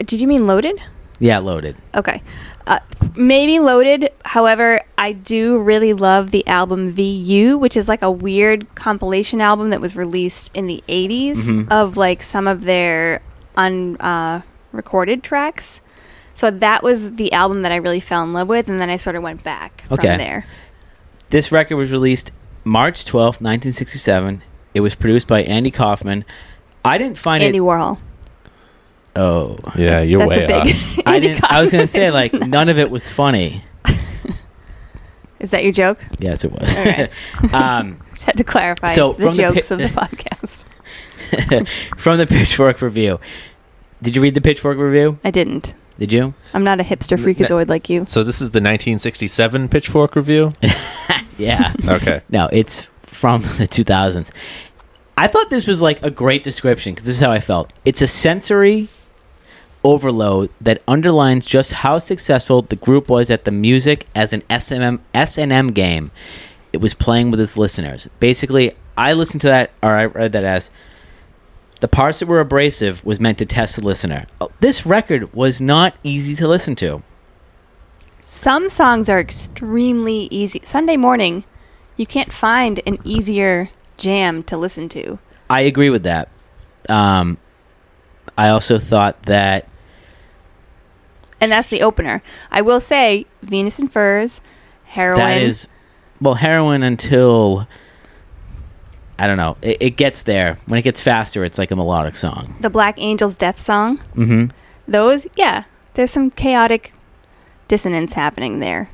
E: did you mean Loaded?
D: Yeah, Loaded.
E: Okay. Uh, maybe Loaded. However, I do really love the album VU, which is like a weird compilation album that was released in the 80s
D: Mm-hmm.
E: of like some of their unrecorded uh, recorded tracks. So that was the album that I really fell in love with, and then I sort of went back
D: Okay.
E: from there.
D: This record was released March twelfth, nineteen sixty-seven. It was produced by Andy Kaufman. I didn't find
E: Andy
D: it.
E: Warhol.
D: Oh,
C: Yeah, you're
E: That's
C: way
E: a big.
C: off.
E: Andy
D: I didn't. I was gonna
E: Kaufman
D: say
E: is
D: like
E: not-
D: none of it was funny.
E: Is that your joke?
D: Yes, it was.
E: right.
D: um,
E: Just had to clarify
D: So,
E: the
D: from the
E: jokes
D: pi-
E: of the podcast.
D: from the Pitchfork review. Did you read the Pitchfork review?
E: I didn't.
D: Did you?
E: I'm not a hipster freakazoid like you.
C: So this is the 1967 Pitchfork review.
D: Yeah.
C: Okay.
D: no, it's from the 2000s. I thought this was like a great description because this is how I felt. It's a sensory overload that underlines just how successful the group was at the music as an SMM SNM game. It was playing with its listeners. Basically, I listened to that, or I read that as the parts that were abrasive was meant to test the listener. Oh, This record was not easy to listen to.
E: Some songs are extremely easy. Sunday morning You can't find an easier jam to listen to.
D: I agree with that. Um, I also thought that
E: And that's the opener. I will say Venus and Furs, Heroin.
D: that is well heroin until I don't know. It, it gets there when it gets faster. It's like a melodic song.
E: the Black Angels death song.
D: hmm
E: Those, yeah, there's some chaotic dissonance happening there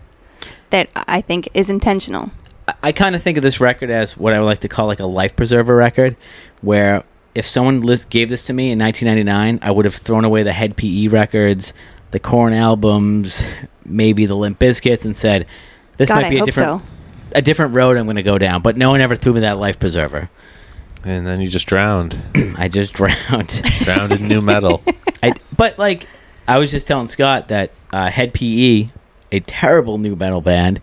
E: that I think is intentional.
D: I, I kind of think of this record as what I would like to call like a life preserver record, where if someone list gave this to me in 1999, I would have thrown away the Head PE records, the Corn albums, maybe the Limp Bizkit, and said, "This
E: God,
D: might
E: I
D: be a
E: hope
D: different."
E: so.
D: A different road I'm going to go down, but no one ever threw me that life preserver.
C: And then you just drowned.
D: I just drowned.
C: drowned in new metal.
D: I, but like, I was just telling Scott that uh, Head PE, a terrible new metal band,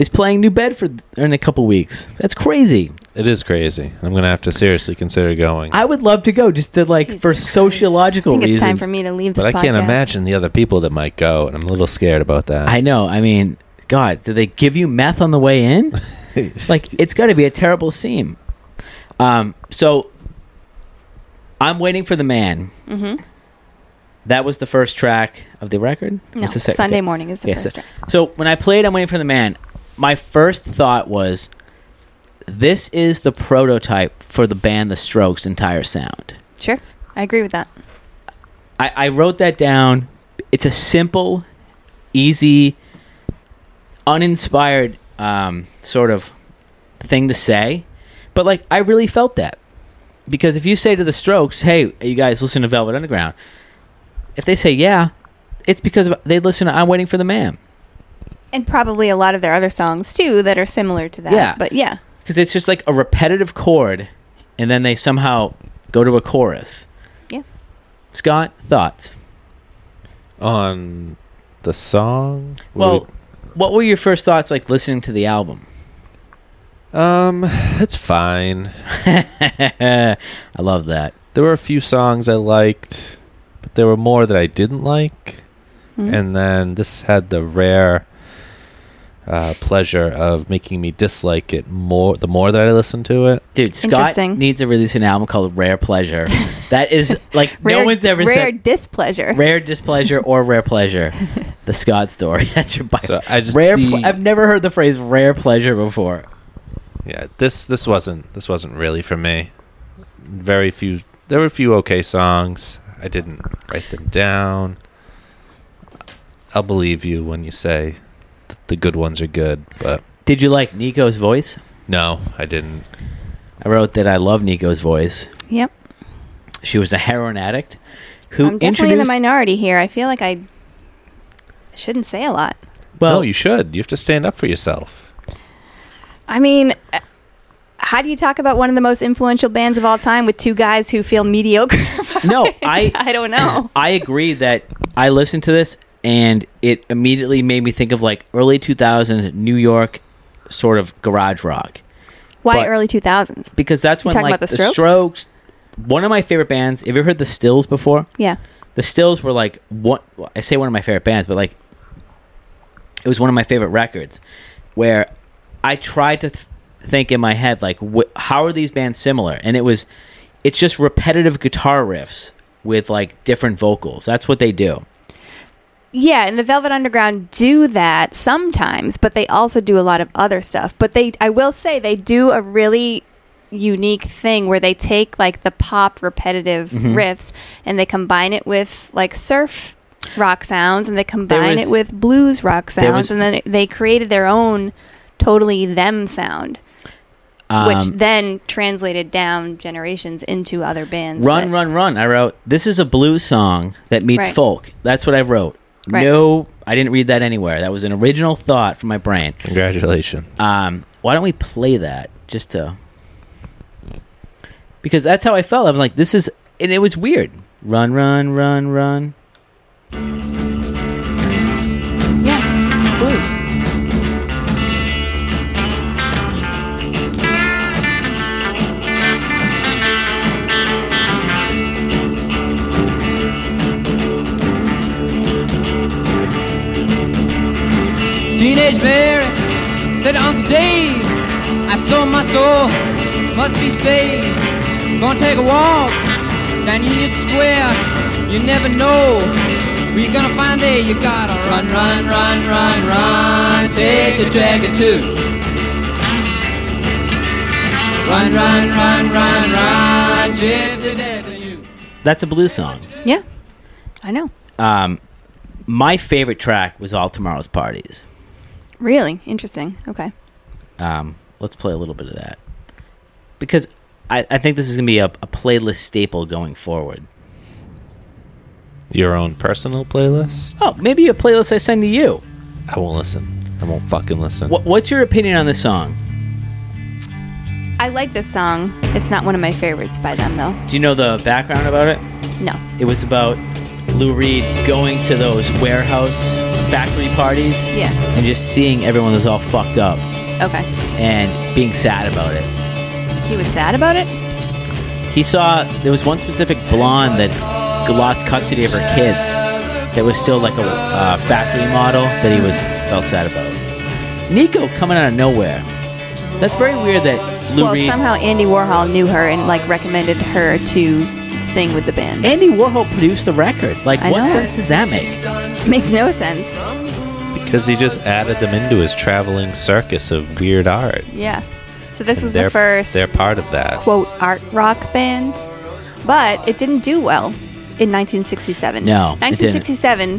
D: is playing New Bedford in a couple weeks. That's crazy.
C: It is crazy. I'm gonna have to seriously consider going.
D: I would love to go just to like for
E: I
D: sociological
E: think it's
D: reasons.
E: time for me to leave this
C: but I can't
E: podcast.
C: imagine the other people that might go, and I'm a little scared about that.
D: I know. I mean, God, did they give you meth on the way in? like, it's got to be a terrible scene. Um, so I'm waiting for the man.
E: Mm-hmm.
D: That was the first track of the record.
E: No,
D: What's the sec-
E: Sunday
D: okay.
E: morning is the
D: Yeah, so-
E: first. track.
D: So when I played I'm Waiting for the Man, my first thought was this is the prototype for the band The Strokes' entire sound.
E: Sure, I agree with that.
D: I, I wrote that down. It's a simple, easy, uninspired um, sort of thing to say. But like I really felt that. Because if you say to the Strokes, "Hey, you guys listen to Velvet Underground." If they say, "Yeah," it's because of- they listen to I'm Waiting for the Man.
E: And probably a lot of their other songs too that are similar to that.
D: Yeah.
E: But yeah,
D: because it's just like a repetitive chord, and then they somehow go to a chorus.
E: Yeah.
D: Scott, thoughts?
C: On the song,
D: Well, what were your first thoughts like listening to the album?
C: um, it's fine.
D: I love that.
C: There were a few songs I liked, but there were more that I didn't like.
E: Mhm.
C: And then this had the rare uh, pleasure of making me dislike it more. The more that I listened to it,
D: Dude, Scott
E: Interesting.
D: needs to release an album called Rare Pleasure. That is like
E: rare,
D: no one's ever
E: rare
D: said
E: displeasure.
D: rare displeasure or rare pleasure. The Scott story. That's your bio.
C: so I just
D: rare.
C: the-
D: Ple- I've never heard the phrase rare pleasure before.
C: yeah this this wasn't this wasn't really for me very few there were a few okay songs i didn't write them down i'll believe you when you say th- the good ones are good but
D: Did you like Nico's voice?
C: no i didn't
D: I wrote that I love Nico's voice.
E: Yep.
D: She was a heroin addict who
E: I'm definitely in the
D: introduced.
E: minority here. I feel like I shouldn't say a lot.
D: well,
C: no you should you have to stand up for yourself
E: I mean, uh, how do you talk about one of the most influential bands of all time with two guys who feel mediocre? about
D: No,
E: it?
D: I-
E: I don't know.
D: I agree that I listened to this and it immediately made me think of like early 2000s New York sort of garage rock
E: Why
D: But-
E: early 2000s?
D: because that's when
E: talking
D: like
E: about The
D: the strokes?
E: Strokes?
D: one of my favorite bands. Have you ever heard the Stills before?
E: Yeah.
D: The Stills were like what well, I say one of my favorite bands, but like it was one of my favorite records where I tried to th- think in my head like wh- how are these bands similar? And it was it's just repetitive guitar riffs with like different vocals. That's what they do.
E: Yeah, and the Velvet Underground do that sometimes, but they also do a lot of other stuff. But they I will say they do a really unique thing where they take like the pop repetitive
D: Mm-hmm.
E: riffs and they combine it with like surf rock sounds and they combine
D: was-
E: it with blues rock
D: there
E: sounds
D: was-
E: and then it- they created their own totally them sound which
D: Um,
E: then translated down generations into other bands
D: Run,
E: that-
D: run, run. I wrote, this is a blues song that meets
E: Right.
D: folk. That's what I wrote.
E: Right.
D: No, I didn't read that anywhere. That was an original thought from my brain.
C: congratulations
D: Um, why don't we play that just to. Because that's how I felt. I'm like, this is. And it was weird. Run, run, run, run.
E: yeah it's blues
J: Teenage Mary said to Uncle Dave, so my soul must be saved. Gonna take a walk down Union Square. You never know where you're gonna find there. You gotta run, run, run, run, run. Take the jacket too. Run, run, run, run, run. Gypsy Avenue.
D: That's a blues song.
E: Yeah, I know.
D: Um, my favorite track was All Tomorrow's Parties.
E: Really interesting. Okay.
D: Um, let's play a little bit of that. Because I, I think this is going to be a, a playlist staple going forward.
C: Your own personal playlist?
D: Oh, maybe a playlist I send to you.
C: I won't listen. I won't fucking listen.
D: What, what's your opinion on this song?
E: I like this song. It's not one of my favorites by them though.
D: Do you know the background about it?
E: No.
D: It was about Lou Reed going to those warehouse factory parties
E: Yeah.
D: and just seeing everyone was all fucked up
E: Okay.
D: and being sad about it.
E: He was sad about it.
D: He saw there was one specific blonde that lost custody of her kids that was still like a uh, factory model that he was felt sad about. Nico coming out of nowhere. That's very weird that Lou
E: well,
D: Reed.
E: somehow Andy Warhol knew her and like recommended her to sing with the band.
D: Andy Warhol produced the record. Like,
E: I
D: what
E: know.
D: sense does that make?
E: It makes no sense.
C: Because he just added them into his traveling circus of weird art.
E: Yeah. So this
C: And
E: was
C: they're-
E: the first
C: They're part of that.
E: quote art rock band, but it didn't do well in 1967.
D: No, it didn't.
E: 1967.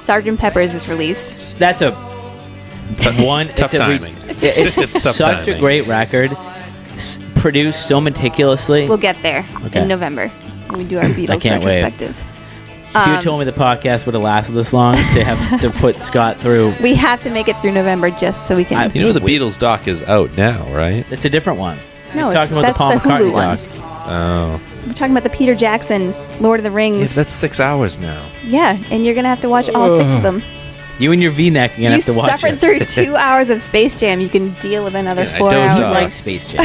E: Sgt. Pepper's is released.
D: That's a one
C: tough
D: it's a re-
C: timing.
D: Yeah, it's,
C: It's tough
D: such a
C: timing.
D: great record, s- produced so meticulously.
E: We'll get there
D: Okay.
E: in November when we do our Beatles
D: can't wait.
E: retrospective.
D: if you
E: um,
D: told me the podcast would have lasted this long to have to put Scott through.
E: We have to make it through November just so we can.
D: I-
C: You know the Beatles doc is out now, right?
D: It's a different one.
E: No,
D: We're
E: it's-
D: talking about
E: that's
D: the Paul
E: the
D: McCartney
E: Hulu one.
D: doc.
C: Oh.
E: We're talking about the Peter Jackson Lord of the
C: Yeah,
E: Rings. Yeah,
C: that's six hours now.
E: and you're gonna have to watch all six of them.
D: You and your V-neck, you're gonna
E: you
D: have to watch
E: suffered
D: it.
E: through two hours of Space Jam. You can deal with another
C: Yeah, I
E: four
C: dozed
E: hours.
C: off.
E: of-
D: like Space Jam.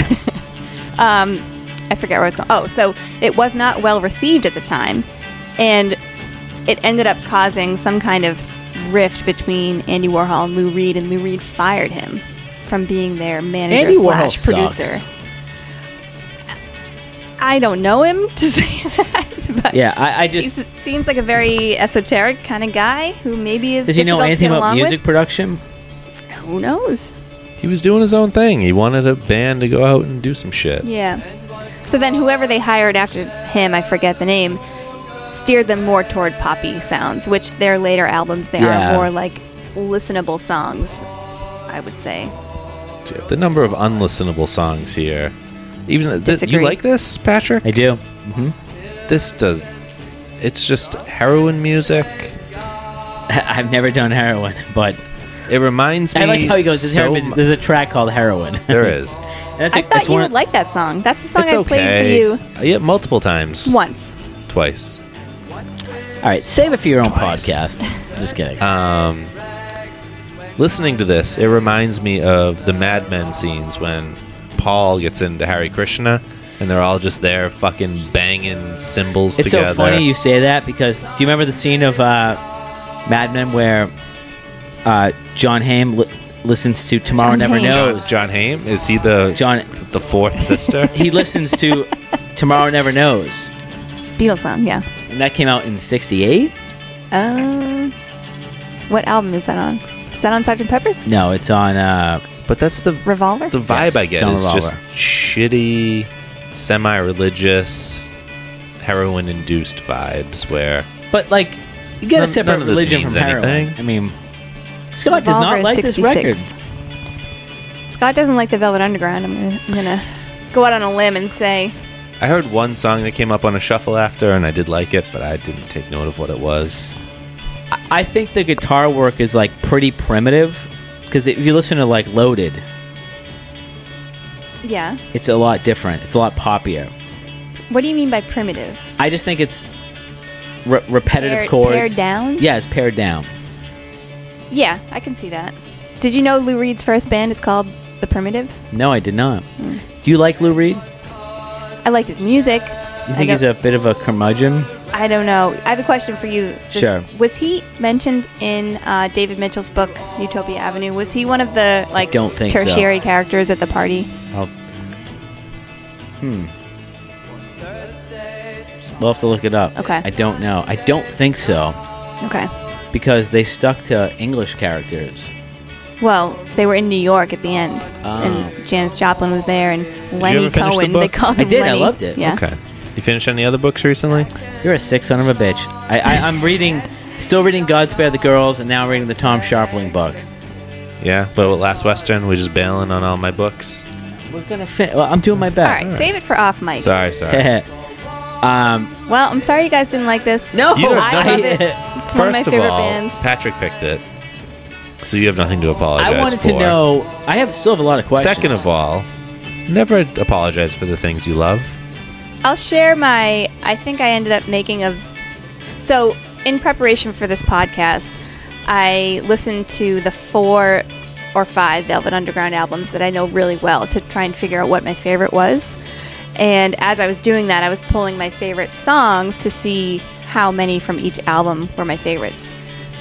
E: um, I forget where I was going. Oh, so it was not well received at the time, and it ended up causing some kind of rift between Andy Warhol and Lou Reed, and Lou Reed fired him from being their manager
D: Andy Warhol
E: slash producer.
D: sucks.
E: I don't know him to say that, but
D: yeah, I, I
E: he
D: just
E: s- seems like a very esoteric kind of guy who maybe is.
D: does he know
E: difficult to
D: anything
E: get
D: about
E: along
D: music production?
E: With. Who knows?
C: He was doing his own thing. He wanted a band to go out and do some shit.
E: Yeah. So then, whoever they hired after him, I forget the name, steered them more toward poppy sounds, which their later albums they
D: Yeah.
E: are more like listenable songs. I would say.
C: The number of unlistenable songs here. Even th- you
E: Disagree.
C: like this, Patrick?
D: I do.
C: This does. It's just heroin music.
D: I've never done heroin, but
C: It reminds me.
D: I like how he goes. There's,
C: so
D: heroin-
C: mu-
D: there's a track called Heroin.
C: there is.
D: That's
E: I
D: like- that's
E: thought you
D: one
E: would
D: of-
E: like that song. That's the song
C: It's
E: I
C: okay.
E: played for
C: Yeah, multiple times.
E: you once.
C: Twice.
D: All right, save it for your own
C: Twice.
D: podcast. Just kidding.
C: Um, listening to this, it reminds me of the Mad Men scenes when Paul gets into Harry Krishna, and they're all just there, fucking banging cymbals
D: It's
C: together.
D: so funny you say that because do you remember the scene of uh, Mad Men where uh, John Hamm li- listens to Tomorrow
E: John
D: Never
E: Hamm.
C: John,
D: Knows?
C: John Hamm is he the
D: John,
C: the fourth sister?
D: he listens to Tomorrow Never Knows,
E: Beatles song, yeah.
D: and that came out in '68.
E: Um, what album is that on? Is that on Sgt. Pepper's?
D: No, it's on. Uh,
C: but that's the
E: Revolver.
C: the vibe
D: Yes,
C: I get
D: Don
C: is
D: Revolver.
C: just shitty, semi-religious, heroin-induced vibes where
D: but like, you gotta
C: None-
D: separate
C: none of this
D: religion from
C: means
D: heroin.
C: anything.
D: I mean, Scott does
E: Revolver
D: not
E: is
D: like this record.
E: 66. Scott doesn't like the Velvet Underground. I'm gonna, I'm gonna go out on a limb and say
C: I heard one song that came up on a shuffle after, and I did like it, but I didn't take note of what it was.
D: I- I think the guitar work is like pretty primitive because if you listen to like Loaded,
E: Yeah.
D: it's a lot different. It's a lot poppier.
E: What do you mean by primitive?
D: I just think it's re- repetitive
E: Pared-
D: chords.
E: pared down?
D: Yeah, it's pared down.
E: Yeah, I can see that. Did you know Lou Reed's first band is called The Primitives?
D: No, I did not.
E: Hmm.
D: Do you like Lou Reed?
E: I like his music.
D: You think he's a bit of a curmudgeon?
E: I don't know. I have a question for you.
D: Sure.
E: Was he mentioned in uh, David Mitchell's book Utopia Avenue? Was he one of the like
D: Don't think so.
E: tertiary characters at the party?
D: I'll, hmm. We'll have to look it up.
E: Okay.
D: I don't know. I don't think so
E: Okay.
D: because they stuck to English characters.
E: Well, they were in New York at the end,
D: Ah.
E: and Janis Joplin was there, and
C: you
E: Lenny
C: ever finish the
E: Cohen. They
C: book?
E: called him
D: I did. I
E: Lenny.
D: loved it.
E: Yeah.
C: Okay. You finished any other books recently?
D: You're a sick son of a bitch. I, I, I'm reading, still reading God Spare the Girls, and now reading the Tom Sharpling book.
C: Yeah. But with Last Western, we're just bailing on all my books.
D: We're gonna fin- well, I'm doing my
E: All right,
D: best.
E: save it for off mic.
C: Sorry, sorry.
D: um,
E: Well, I'm sorry you guys didn't like this.
D: No. You don't
E: Oh, I
D: know.
E: love it. It's
C: First
E: one of my
C: of
E: favorite
C: all,
E: bands.
C: Patrick picked it, so you have nothing to apologize
D: I wanted
C: for.
D: to know. I have still have a lot of questions.
C: Second of all, never apologize for the things you love.
E: I'll share my. I think I ended up making a. So, in preparation for this podcast, I listened to the four or five Velvet Underground albums that I know really well to try and figure out what my favorite was. And as I was doing that, I was pulling my favorite songs to see how many from each album were my favorites.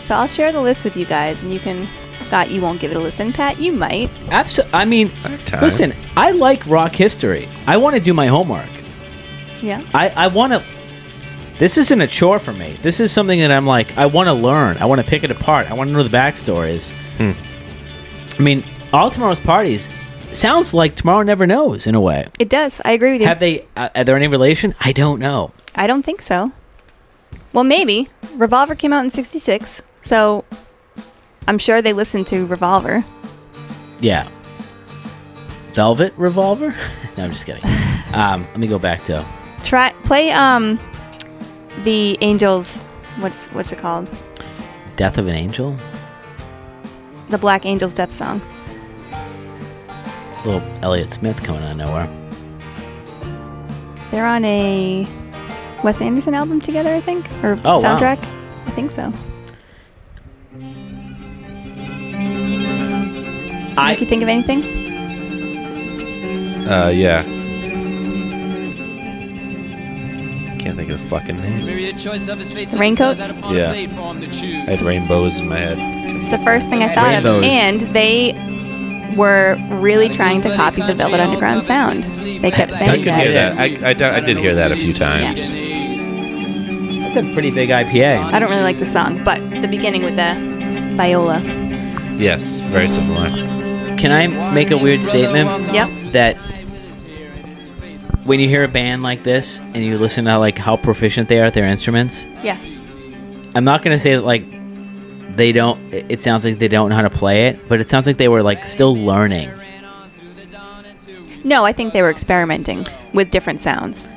E: So, I'll share the list with you guys, and you can. Scott, you won't give it a listen. Pat, you might.
D: Absolutely. I mean,
C: I have time.
D: listen. I like rock history. I want to do my homework.
E: Yeah.
D: I, I want to. This isn't a chore for me. This is something that I'm like. I want to learn. I want to pick it apart. I want to know the backstories.
C: Hmm.
D: I mean, all tomorrow's parties sounds like tomorrow never knows in a way.
E: It does. I agree with you.
D: Have they? Uh, are there any relation? I don't know.
E: I don't think so. Well, maybe. Revolver came out in 66, so I'm sure they listened to Revolver.
D: Yeah. Velvet Revolver? no, I'm just kidding. Um, let me go back to.
E: Try play um the Angels what's what's it called?
D: Death of an Angel?
E: The Black Angels death song.
D: Little Elliot Smith coming out of nowhere.
E: They're on a Wes Anderson album together, I think, or
D: Oh, wow.
E: soundtrack. I think so. Does it
D: I-
E: make you think of anything?
C: Uh, yeah. Can't think of the fucking name.
J: Maybe the choice of his fate
E: Raincoats?
J: set upon a
C: Yeah.
J: platform to choose.
C: I had rainbows in my head.
E: It's the first thing I thought of,
D: Rainbows.
E: and they were really trying to copy the Velvet Underground sound. They kept
C: I
E: saying
C: could hear
E: that.
C: that. I, I, doubt- I did hear that a few times.
D: That's a pretty big IPA.
E: I don't really like the song, but the beginning with the viola.
C: Yes, very similar.
D: Can I make a weird statement
E: Yep.
D: that when you hear a band like this and you listen to like how proficient they are at their instruments,
E: Yeah.
D: I'm not gonna say that like they don't. It it sounds like they don't know how to play it, but it sounds like they were like still learning.
E: No, I think they were experimenting with different sounds.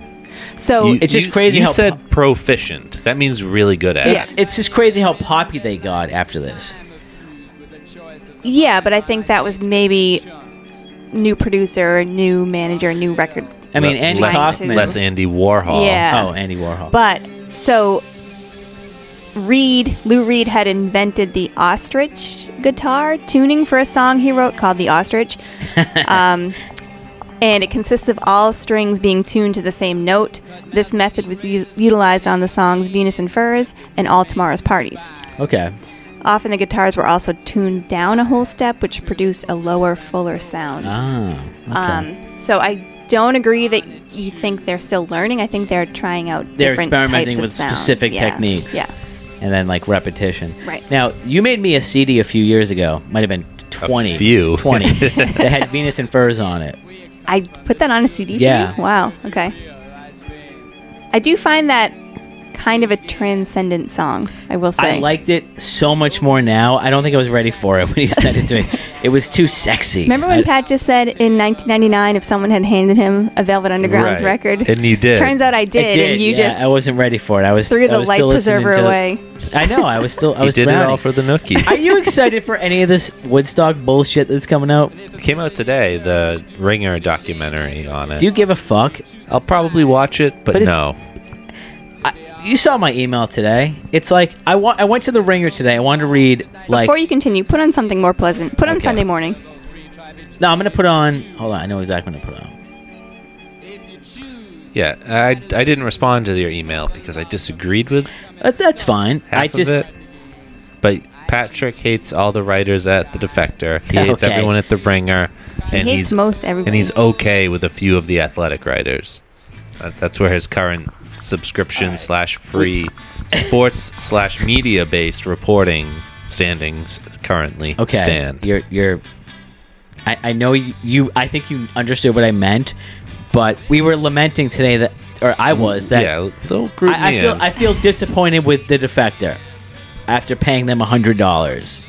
E: So
C: You-
D: Oh, it's just
C: you-
D: crazy
C: You
D: how-
C: said proficient. That means really good at.
D: It's it's just crazy how poppy they got after this.
E: yeah, but I think that was maybe new producer, new manager, new record.
D: I mean,
C: Le-
D: Andy
C: less,
D: Kaufman.
C: less Andy Warhol.
E: Yeah.
D: Oh, Andy Warhol.
E: But so Reed, Lou Reed had invented the ostrich guitar tuning for a song he wrote called The Ostrich. um, and it consists of all strings being tuned to the same note. This method was u- utilized on the songs Venus and Furs and All Tomorrow's Parties.
D: okay.
E: Often the guitars were also tuned down a whole step, which produced a lower, fuller sound.
D: Ah. Okay.
E: Um, so I don't agree that you think they're still learning. I think they're trying out
D: They're
E: different
D: experimenting
E: types of
D: with
E: sounds.
D: specific
E: Yeah.
D: techniques.
E: Yeah.
D: and then like repetition.
E: Right.
D: Now, you made me a CD a few years ago. Might have been 20.
C: few.
D: 20. that had Venus and Furs on it.
E: I put that on a CD. for
D: Yeah.
E: you? Wow. Okay. I do find that kind of a transcendent song. I will say.
D: I liked it so much more now. I don't think I was ready for it when he sent it to me. It was too sexy.
E: Remember when
D: I-
E: Pat just said in 1999 if someone had handed him a Velvet Underground's
C: Right.
E: record?
C: And you did.
E: Turns out I
D: I
E: did, and you
D: yeah,
E: just
D: I wasn't ready for it. I was
E: threw
D: I
E: the
D: was
E: life
D: still listening
E: preserver
D: to-
E: away.
D: I know. I was still. I
C: He
D: was
C: did it
D: drowning.
C: all for the nookie.
D: Are you excited for any of this Woodstock bullshit that's coming out?
C: Came out today. The Ringer documentary on it.
D: Do you give a fuck?
C: I'll probably watch it, but,
D: But it's-
C: no.
D: I, you saw my email today. It's like I want. I went to the Ringer today. I wanted to read like
E: Before you continue, put on something more pleasant. Put on
D: Okay.
E: Sunday morning.
D: No, I'm gonna put on. Hold on, I know exactly what I'm gonna put on.
C: Yeah, I, I didn't respond to your email because I disagreed with.
D: That's that's fine.
C: Half
D: I
C: of
D: just-
C: it. But Patrick hates all the writers at the Defector. He hates
E: Okay.
C: everyone at the Bringer.
E: He
C: and
E: hates
C: he's,
E: most everybody.
C: And he's okay with a few of the Athletic writers. Uh, that's where his current subscription slash free sports slash media based reporting standings currently
D: Okay.
C: stand.
D: You're you're. I, I know you, you. I think you understood what I meant, but we were lamenting today that, or I was that.
C: Mm, Yeah, don't group
D: I, I
C: me
D: feel
C: in.
D: I feel disappointed with the defector after paying them hundred dollars.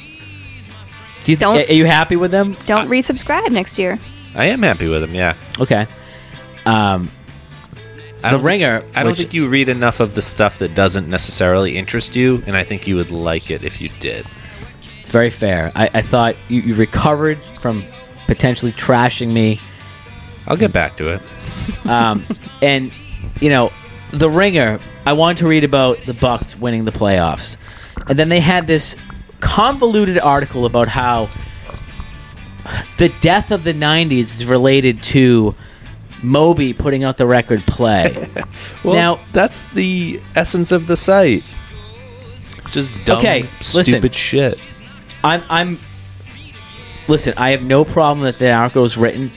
D: Do you
E: Don't-
D: think? Are you happy with them?
E: Don't resubscribe next year.
C: I am happy with him. Yeah.
D: Okay. Um,
C: I
D: the
C: don't-
D: ringer.
C: I don't
D: which-
C: think you read enough of the stuff that doesn't necessarily interest you, and I think you would like it if you did.
D: It's very fair. I, I thought you, you recovered from potentially trashing me.
C: I'll get back to it.
D: Um, and you know, the ringer. I wanted to read about the Bucks winning the playoffs, and then they had this convoluted article about how the death of the '90s is related to Moby putting out the record play.
C: Well,
D: now
C: that's the essence of the site. Just dumb, stupid shit.
D: I'm, I'm. Listen, I have no problem that the article was written.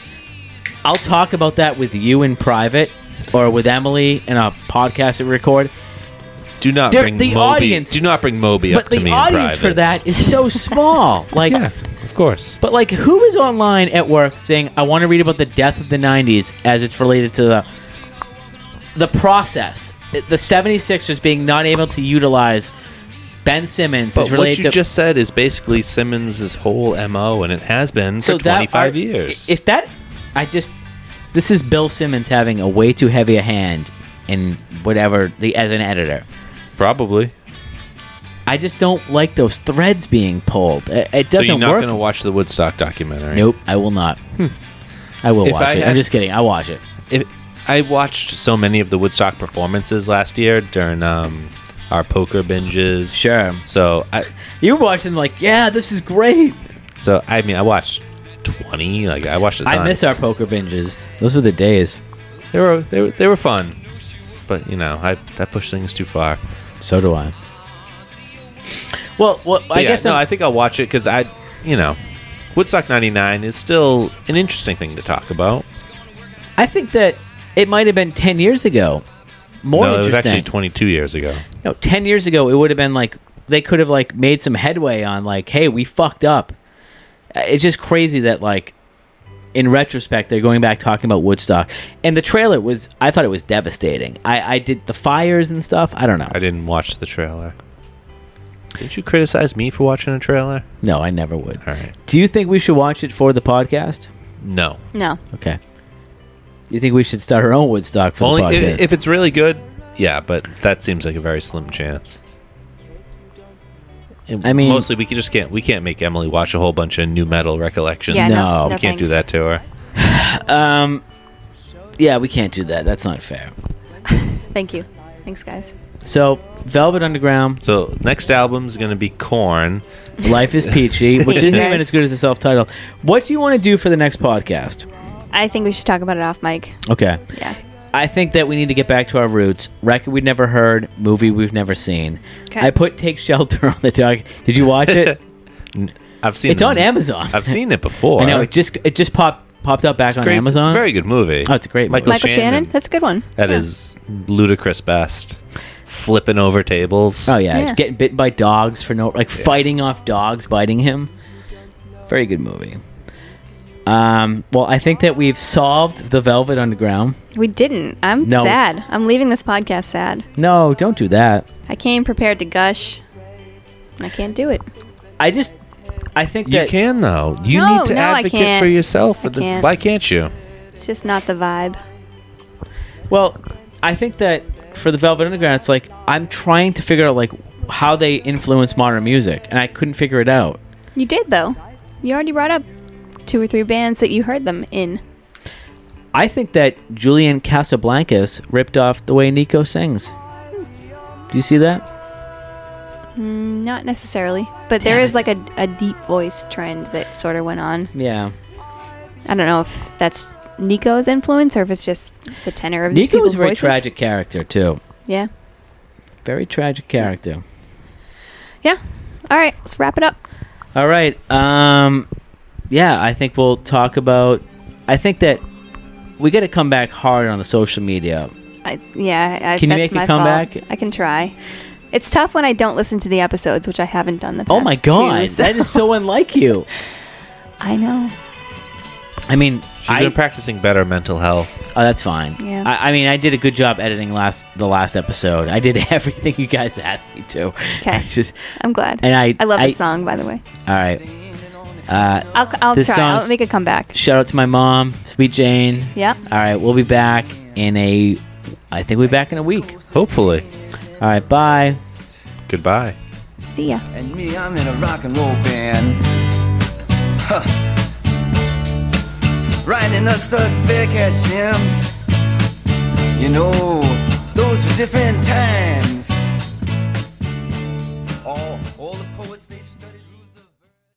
D: I'll talk about that with you in private, or with Emily in a podcast that we record.
C: Do not
D: They're-
C: bring
D: the
C: Moby.
D: audience-
C: do not bring Moby
D: But
C: up to
D: the
C: me.
D: audience
C: in
D: for that is so small. Like,
C: of course.
D: but like, who is online at work saying, "I want to read about the death of the '90s as it's related to the the process." The 76ers being not able to utilize Ben Simmons
C: But
D: is
C: what
D: related
C: you
D: to
C: just said is basically Simmons' whole mo, and it has been for
D: that
C: 25
D: are-
C: years.
D: If that, I just, this is Bill Simmons having a way too heavy a hand in whatever the as an editor.
C: Probably.
D: I just don't like those threads being pulled. It, it
C: so you're
D: doesn't
C: not
D: work.
C: going to watch the Woodstock documentary.
D: Nope, I will not. I will
C: If
D: watch
C: I
D: it.
C: had-
D: I'm just kidding. I watch it.
C: If, I watched so many of the Woodstock performances last year during um, our poker binges.
D: Sure.
C: So I,
D: You were watching like, yeah, this is great.
C: so I mean, I watched 20. Like I watched. A ton.
D: I miss our poker binges. Those were the days.
C: They were they were, they were fun, but you know I I push things too far.
D: So do I. Well, well, I guess
C: no.
D: I'm-
C: i think I'll watch it because I you know Woodstock '99 is still an interesting thing to talk about.
D: I think that it might have been ten years ago. More
C: no, it was
D: interesting.
C: actually 22 years ago.
D: No, ten years ago, it would have been like they could have like made some headway on like, hey, we fucked up. Uh, It's just crazy that like, in retrospect, they're going back talking about Woodstock, and the trailer was. I thought it was devastating. I I did the fires and stuff. I don't know.
C: I didn't watch the trailer. Did you criticize me for watching a trailer?
D: No, I never would.
C: All right.
D: Do you think we should watch it for the podcast?
C: No.
E: No.
D: Okay. You think we should start our own Woodstock for
C: Only
D: the podcast?
C: if, if it's really good. Yeah, but that seems like a very slim chance.
D: I mean-
C: mostly we can- just can't we can't make Emily watch a whole bunch of new metal recollections.
D: Yeah, no, No.
C: we
D: no
C: can't do that
D: thanks.
C: to her.
D: um, yeah, we can't do that. That's not fair.
E: Thank you. Thanks, guys.
D: So, Velvet Underground.
C: So next album's gonna be Corn.
D: Life is Peachy, which isn't
E: Yes.
D: even as good as the self title. What do you want to do for the next podcast?
E: I think we should talk about it off mic.
D: Okay.
E: Yeah.
D: I think that we need to get back to our roots. Record we've never heard, movie we've never seen.
E: Okay.
D: I put Take Shelter on the dog. Did you watch it?
C: I've seen
D: It's
C: it
D: on Amazon.
C: I've seen it before.
D: I know it just it just popped popped up back on
C: great-
D: Amazon.
C: It's a very good movie.
D: Oh, it's a great
C: Michael,
E: Michael Shannon?
C: Shannon.
E: That's a good one.
C: That is ludicrous best. Flipping over tables.
D: Oh yeah,
E: Yeah.
D: getting bitten by dogs for no like fighting off dogs biting him. Very good movie. Um, well, I think that we've solved the Velvet Underground.
E: We didn't. I'm
D: No.
E: sad. I'm leaving this podcast sad.
D: No, don't do that.
E: I came prepared to gush. and I can't do it.
D: I just, I think
C: You
D: that
C: can though. You
E: No,
C: need to
E: no, I
C: advocate
E: can't.
C: for yourself.
E: I
C: For the,
E: can't.
C: Why can't you?
E: It's just not the vibe.
D: Well, I think that for the Velvet Underground, it's like I'm trying to figure out like how they influence modern music, and I couldn't figure it out.
E: You did, though. You already brought up two or three bands that you heard them in.
D: I think that Julian Casablancas ripped off the way Nico sings. Do you see that?
E: Mm, not necessarily. But there
D: Damn
E: is
D: it.
E: like a, a deep voice trend that sort of went on.
D: Yeah.
E: I don't know if that's Nico's influence or if it's just the tenor of these
D: Nico
E: people's
D: was a very
E: voices.
D: tragic character too.
E: Yeah.
D: Very tragic character.
E: Yeah. All right, let's wrap it up.
D: All right. Um, yeah, I think we'll talk about. I think that we got to come back hard on the social media.
E: I, yeah, I,
D: Can you
E: that's
D: make a
E: my fault.
D: comeback?
E: I can try. It's tough when I don't listen to the episodes, which I haven't done the past
D: Oh my
E: two,
D: god,
E: so-
D: that is so unlike you.
E: I know.
D: I mean,
C: She's
D: I-
C: been practicing better mental health.
D: Oh, that's fine.
E: Yeah.
D: I, I mean, I did a good job editing last the last episode. I did everything you guys asked me to.
E: Okay.
D: Just
E: I'm glad.
D: And I-
E: I love
D: I-
E: this song, by the way.
D: all right. Uh,
E: I'll, I'll
D: This
E: try. I'll
D: song's-
E: make a comeback.
D: shout out to my mom, sweet Jane.
E: Yep.
D: All right, we'll be back in a. I think we'll be back in a week.
C: Hopefully.
D: All right, bye.
C: Goodbye.
E: See ya.
K: And me, I'm in a rock and roll band. Huh. Riding a Studs Bearcat Jim. You know, those were different times.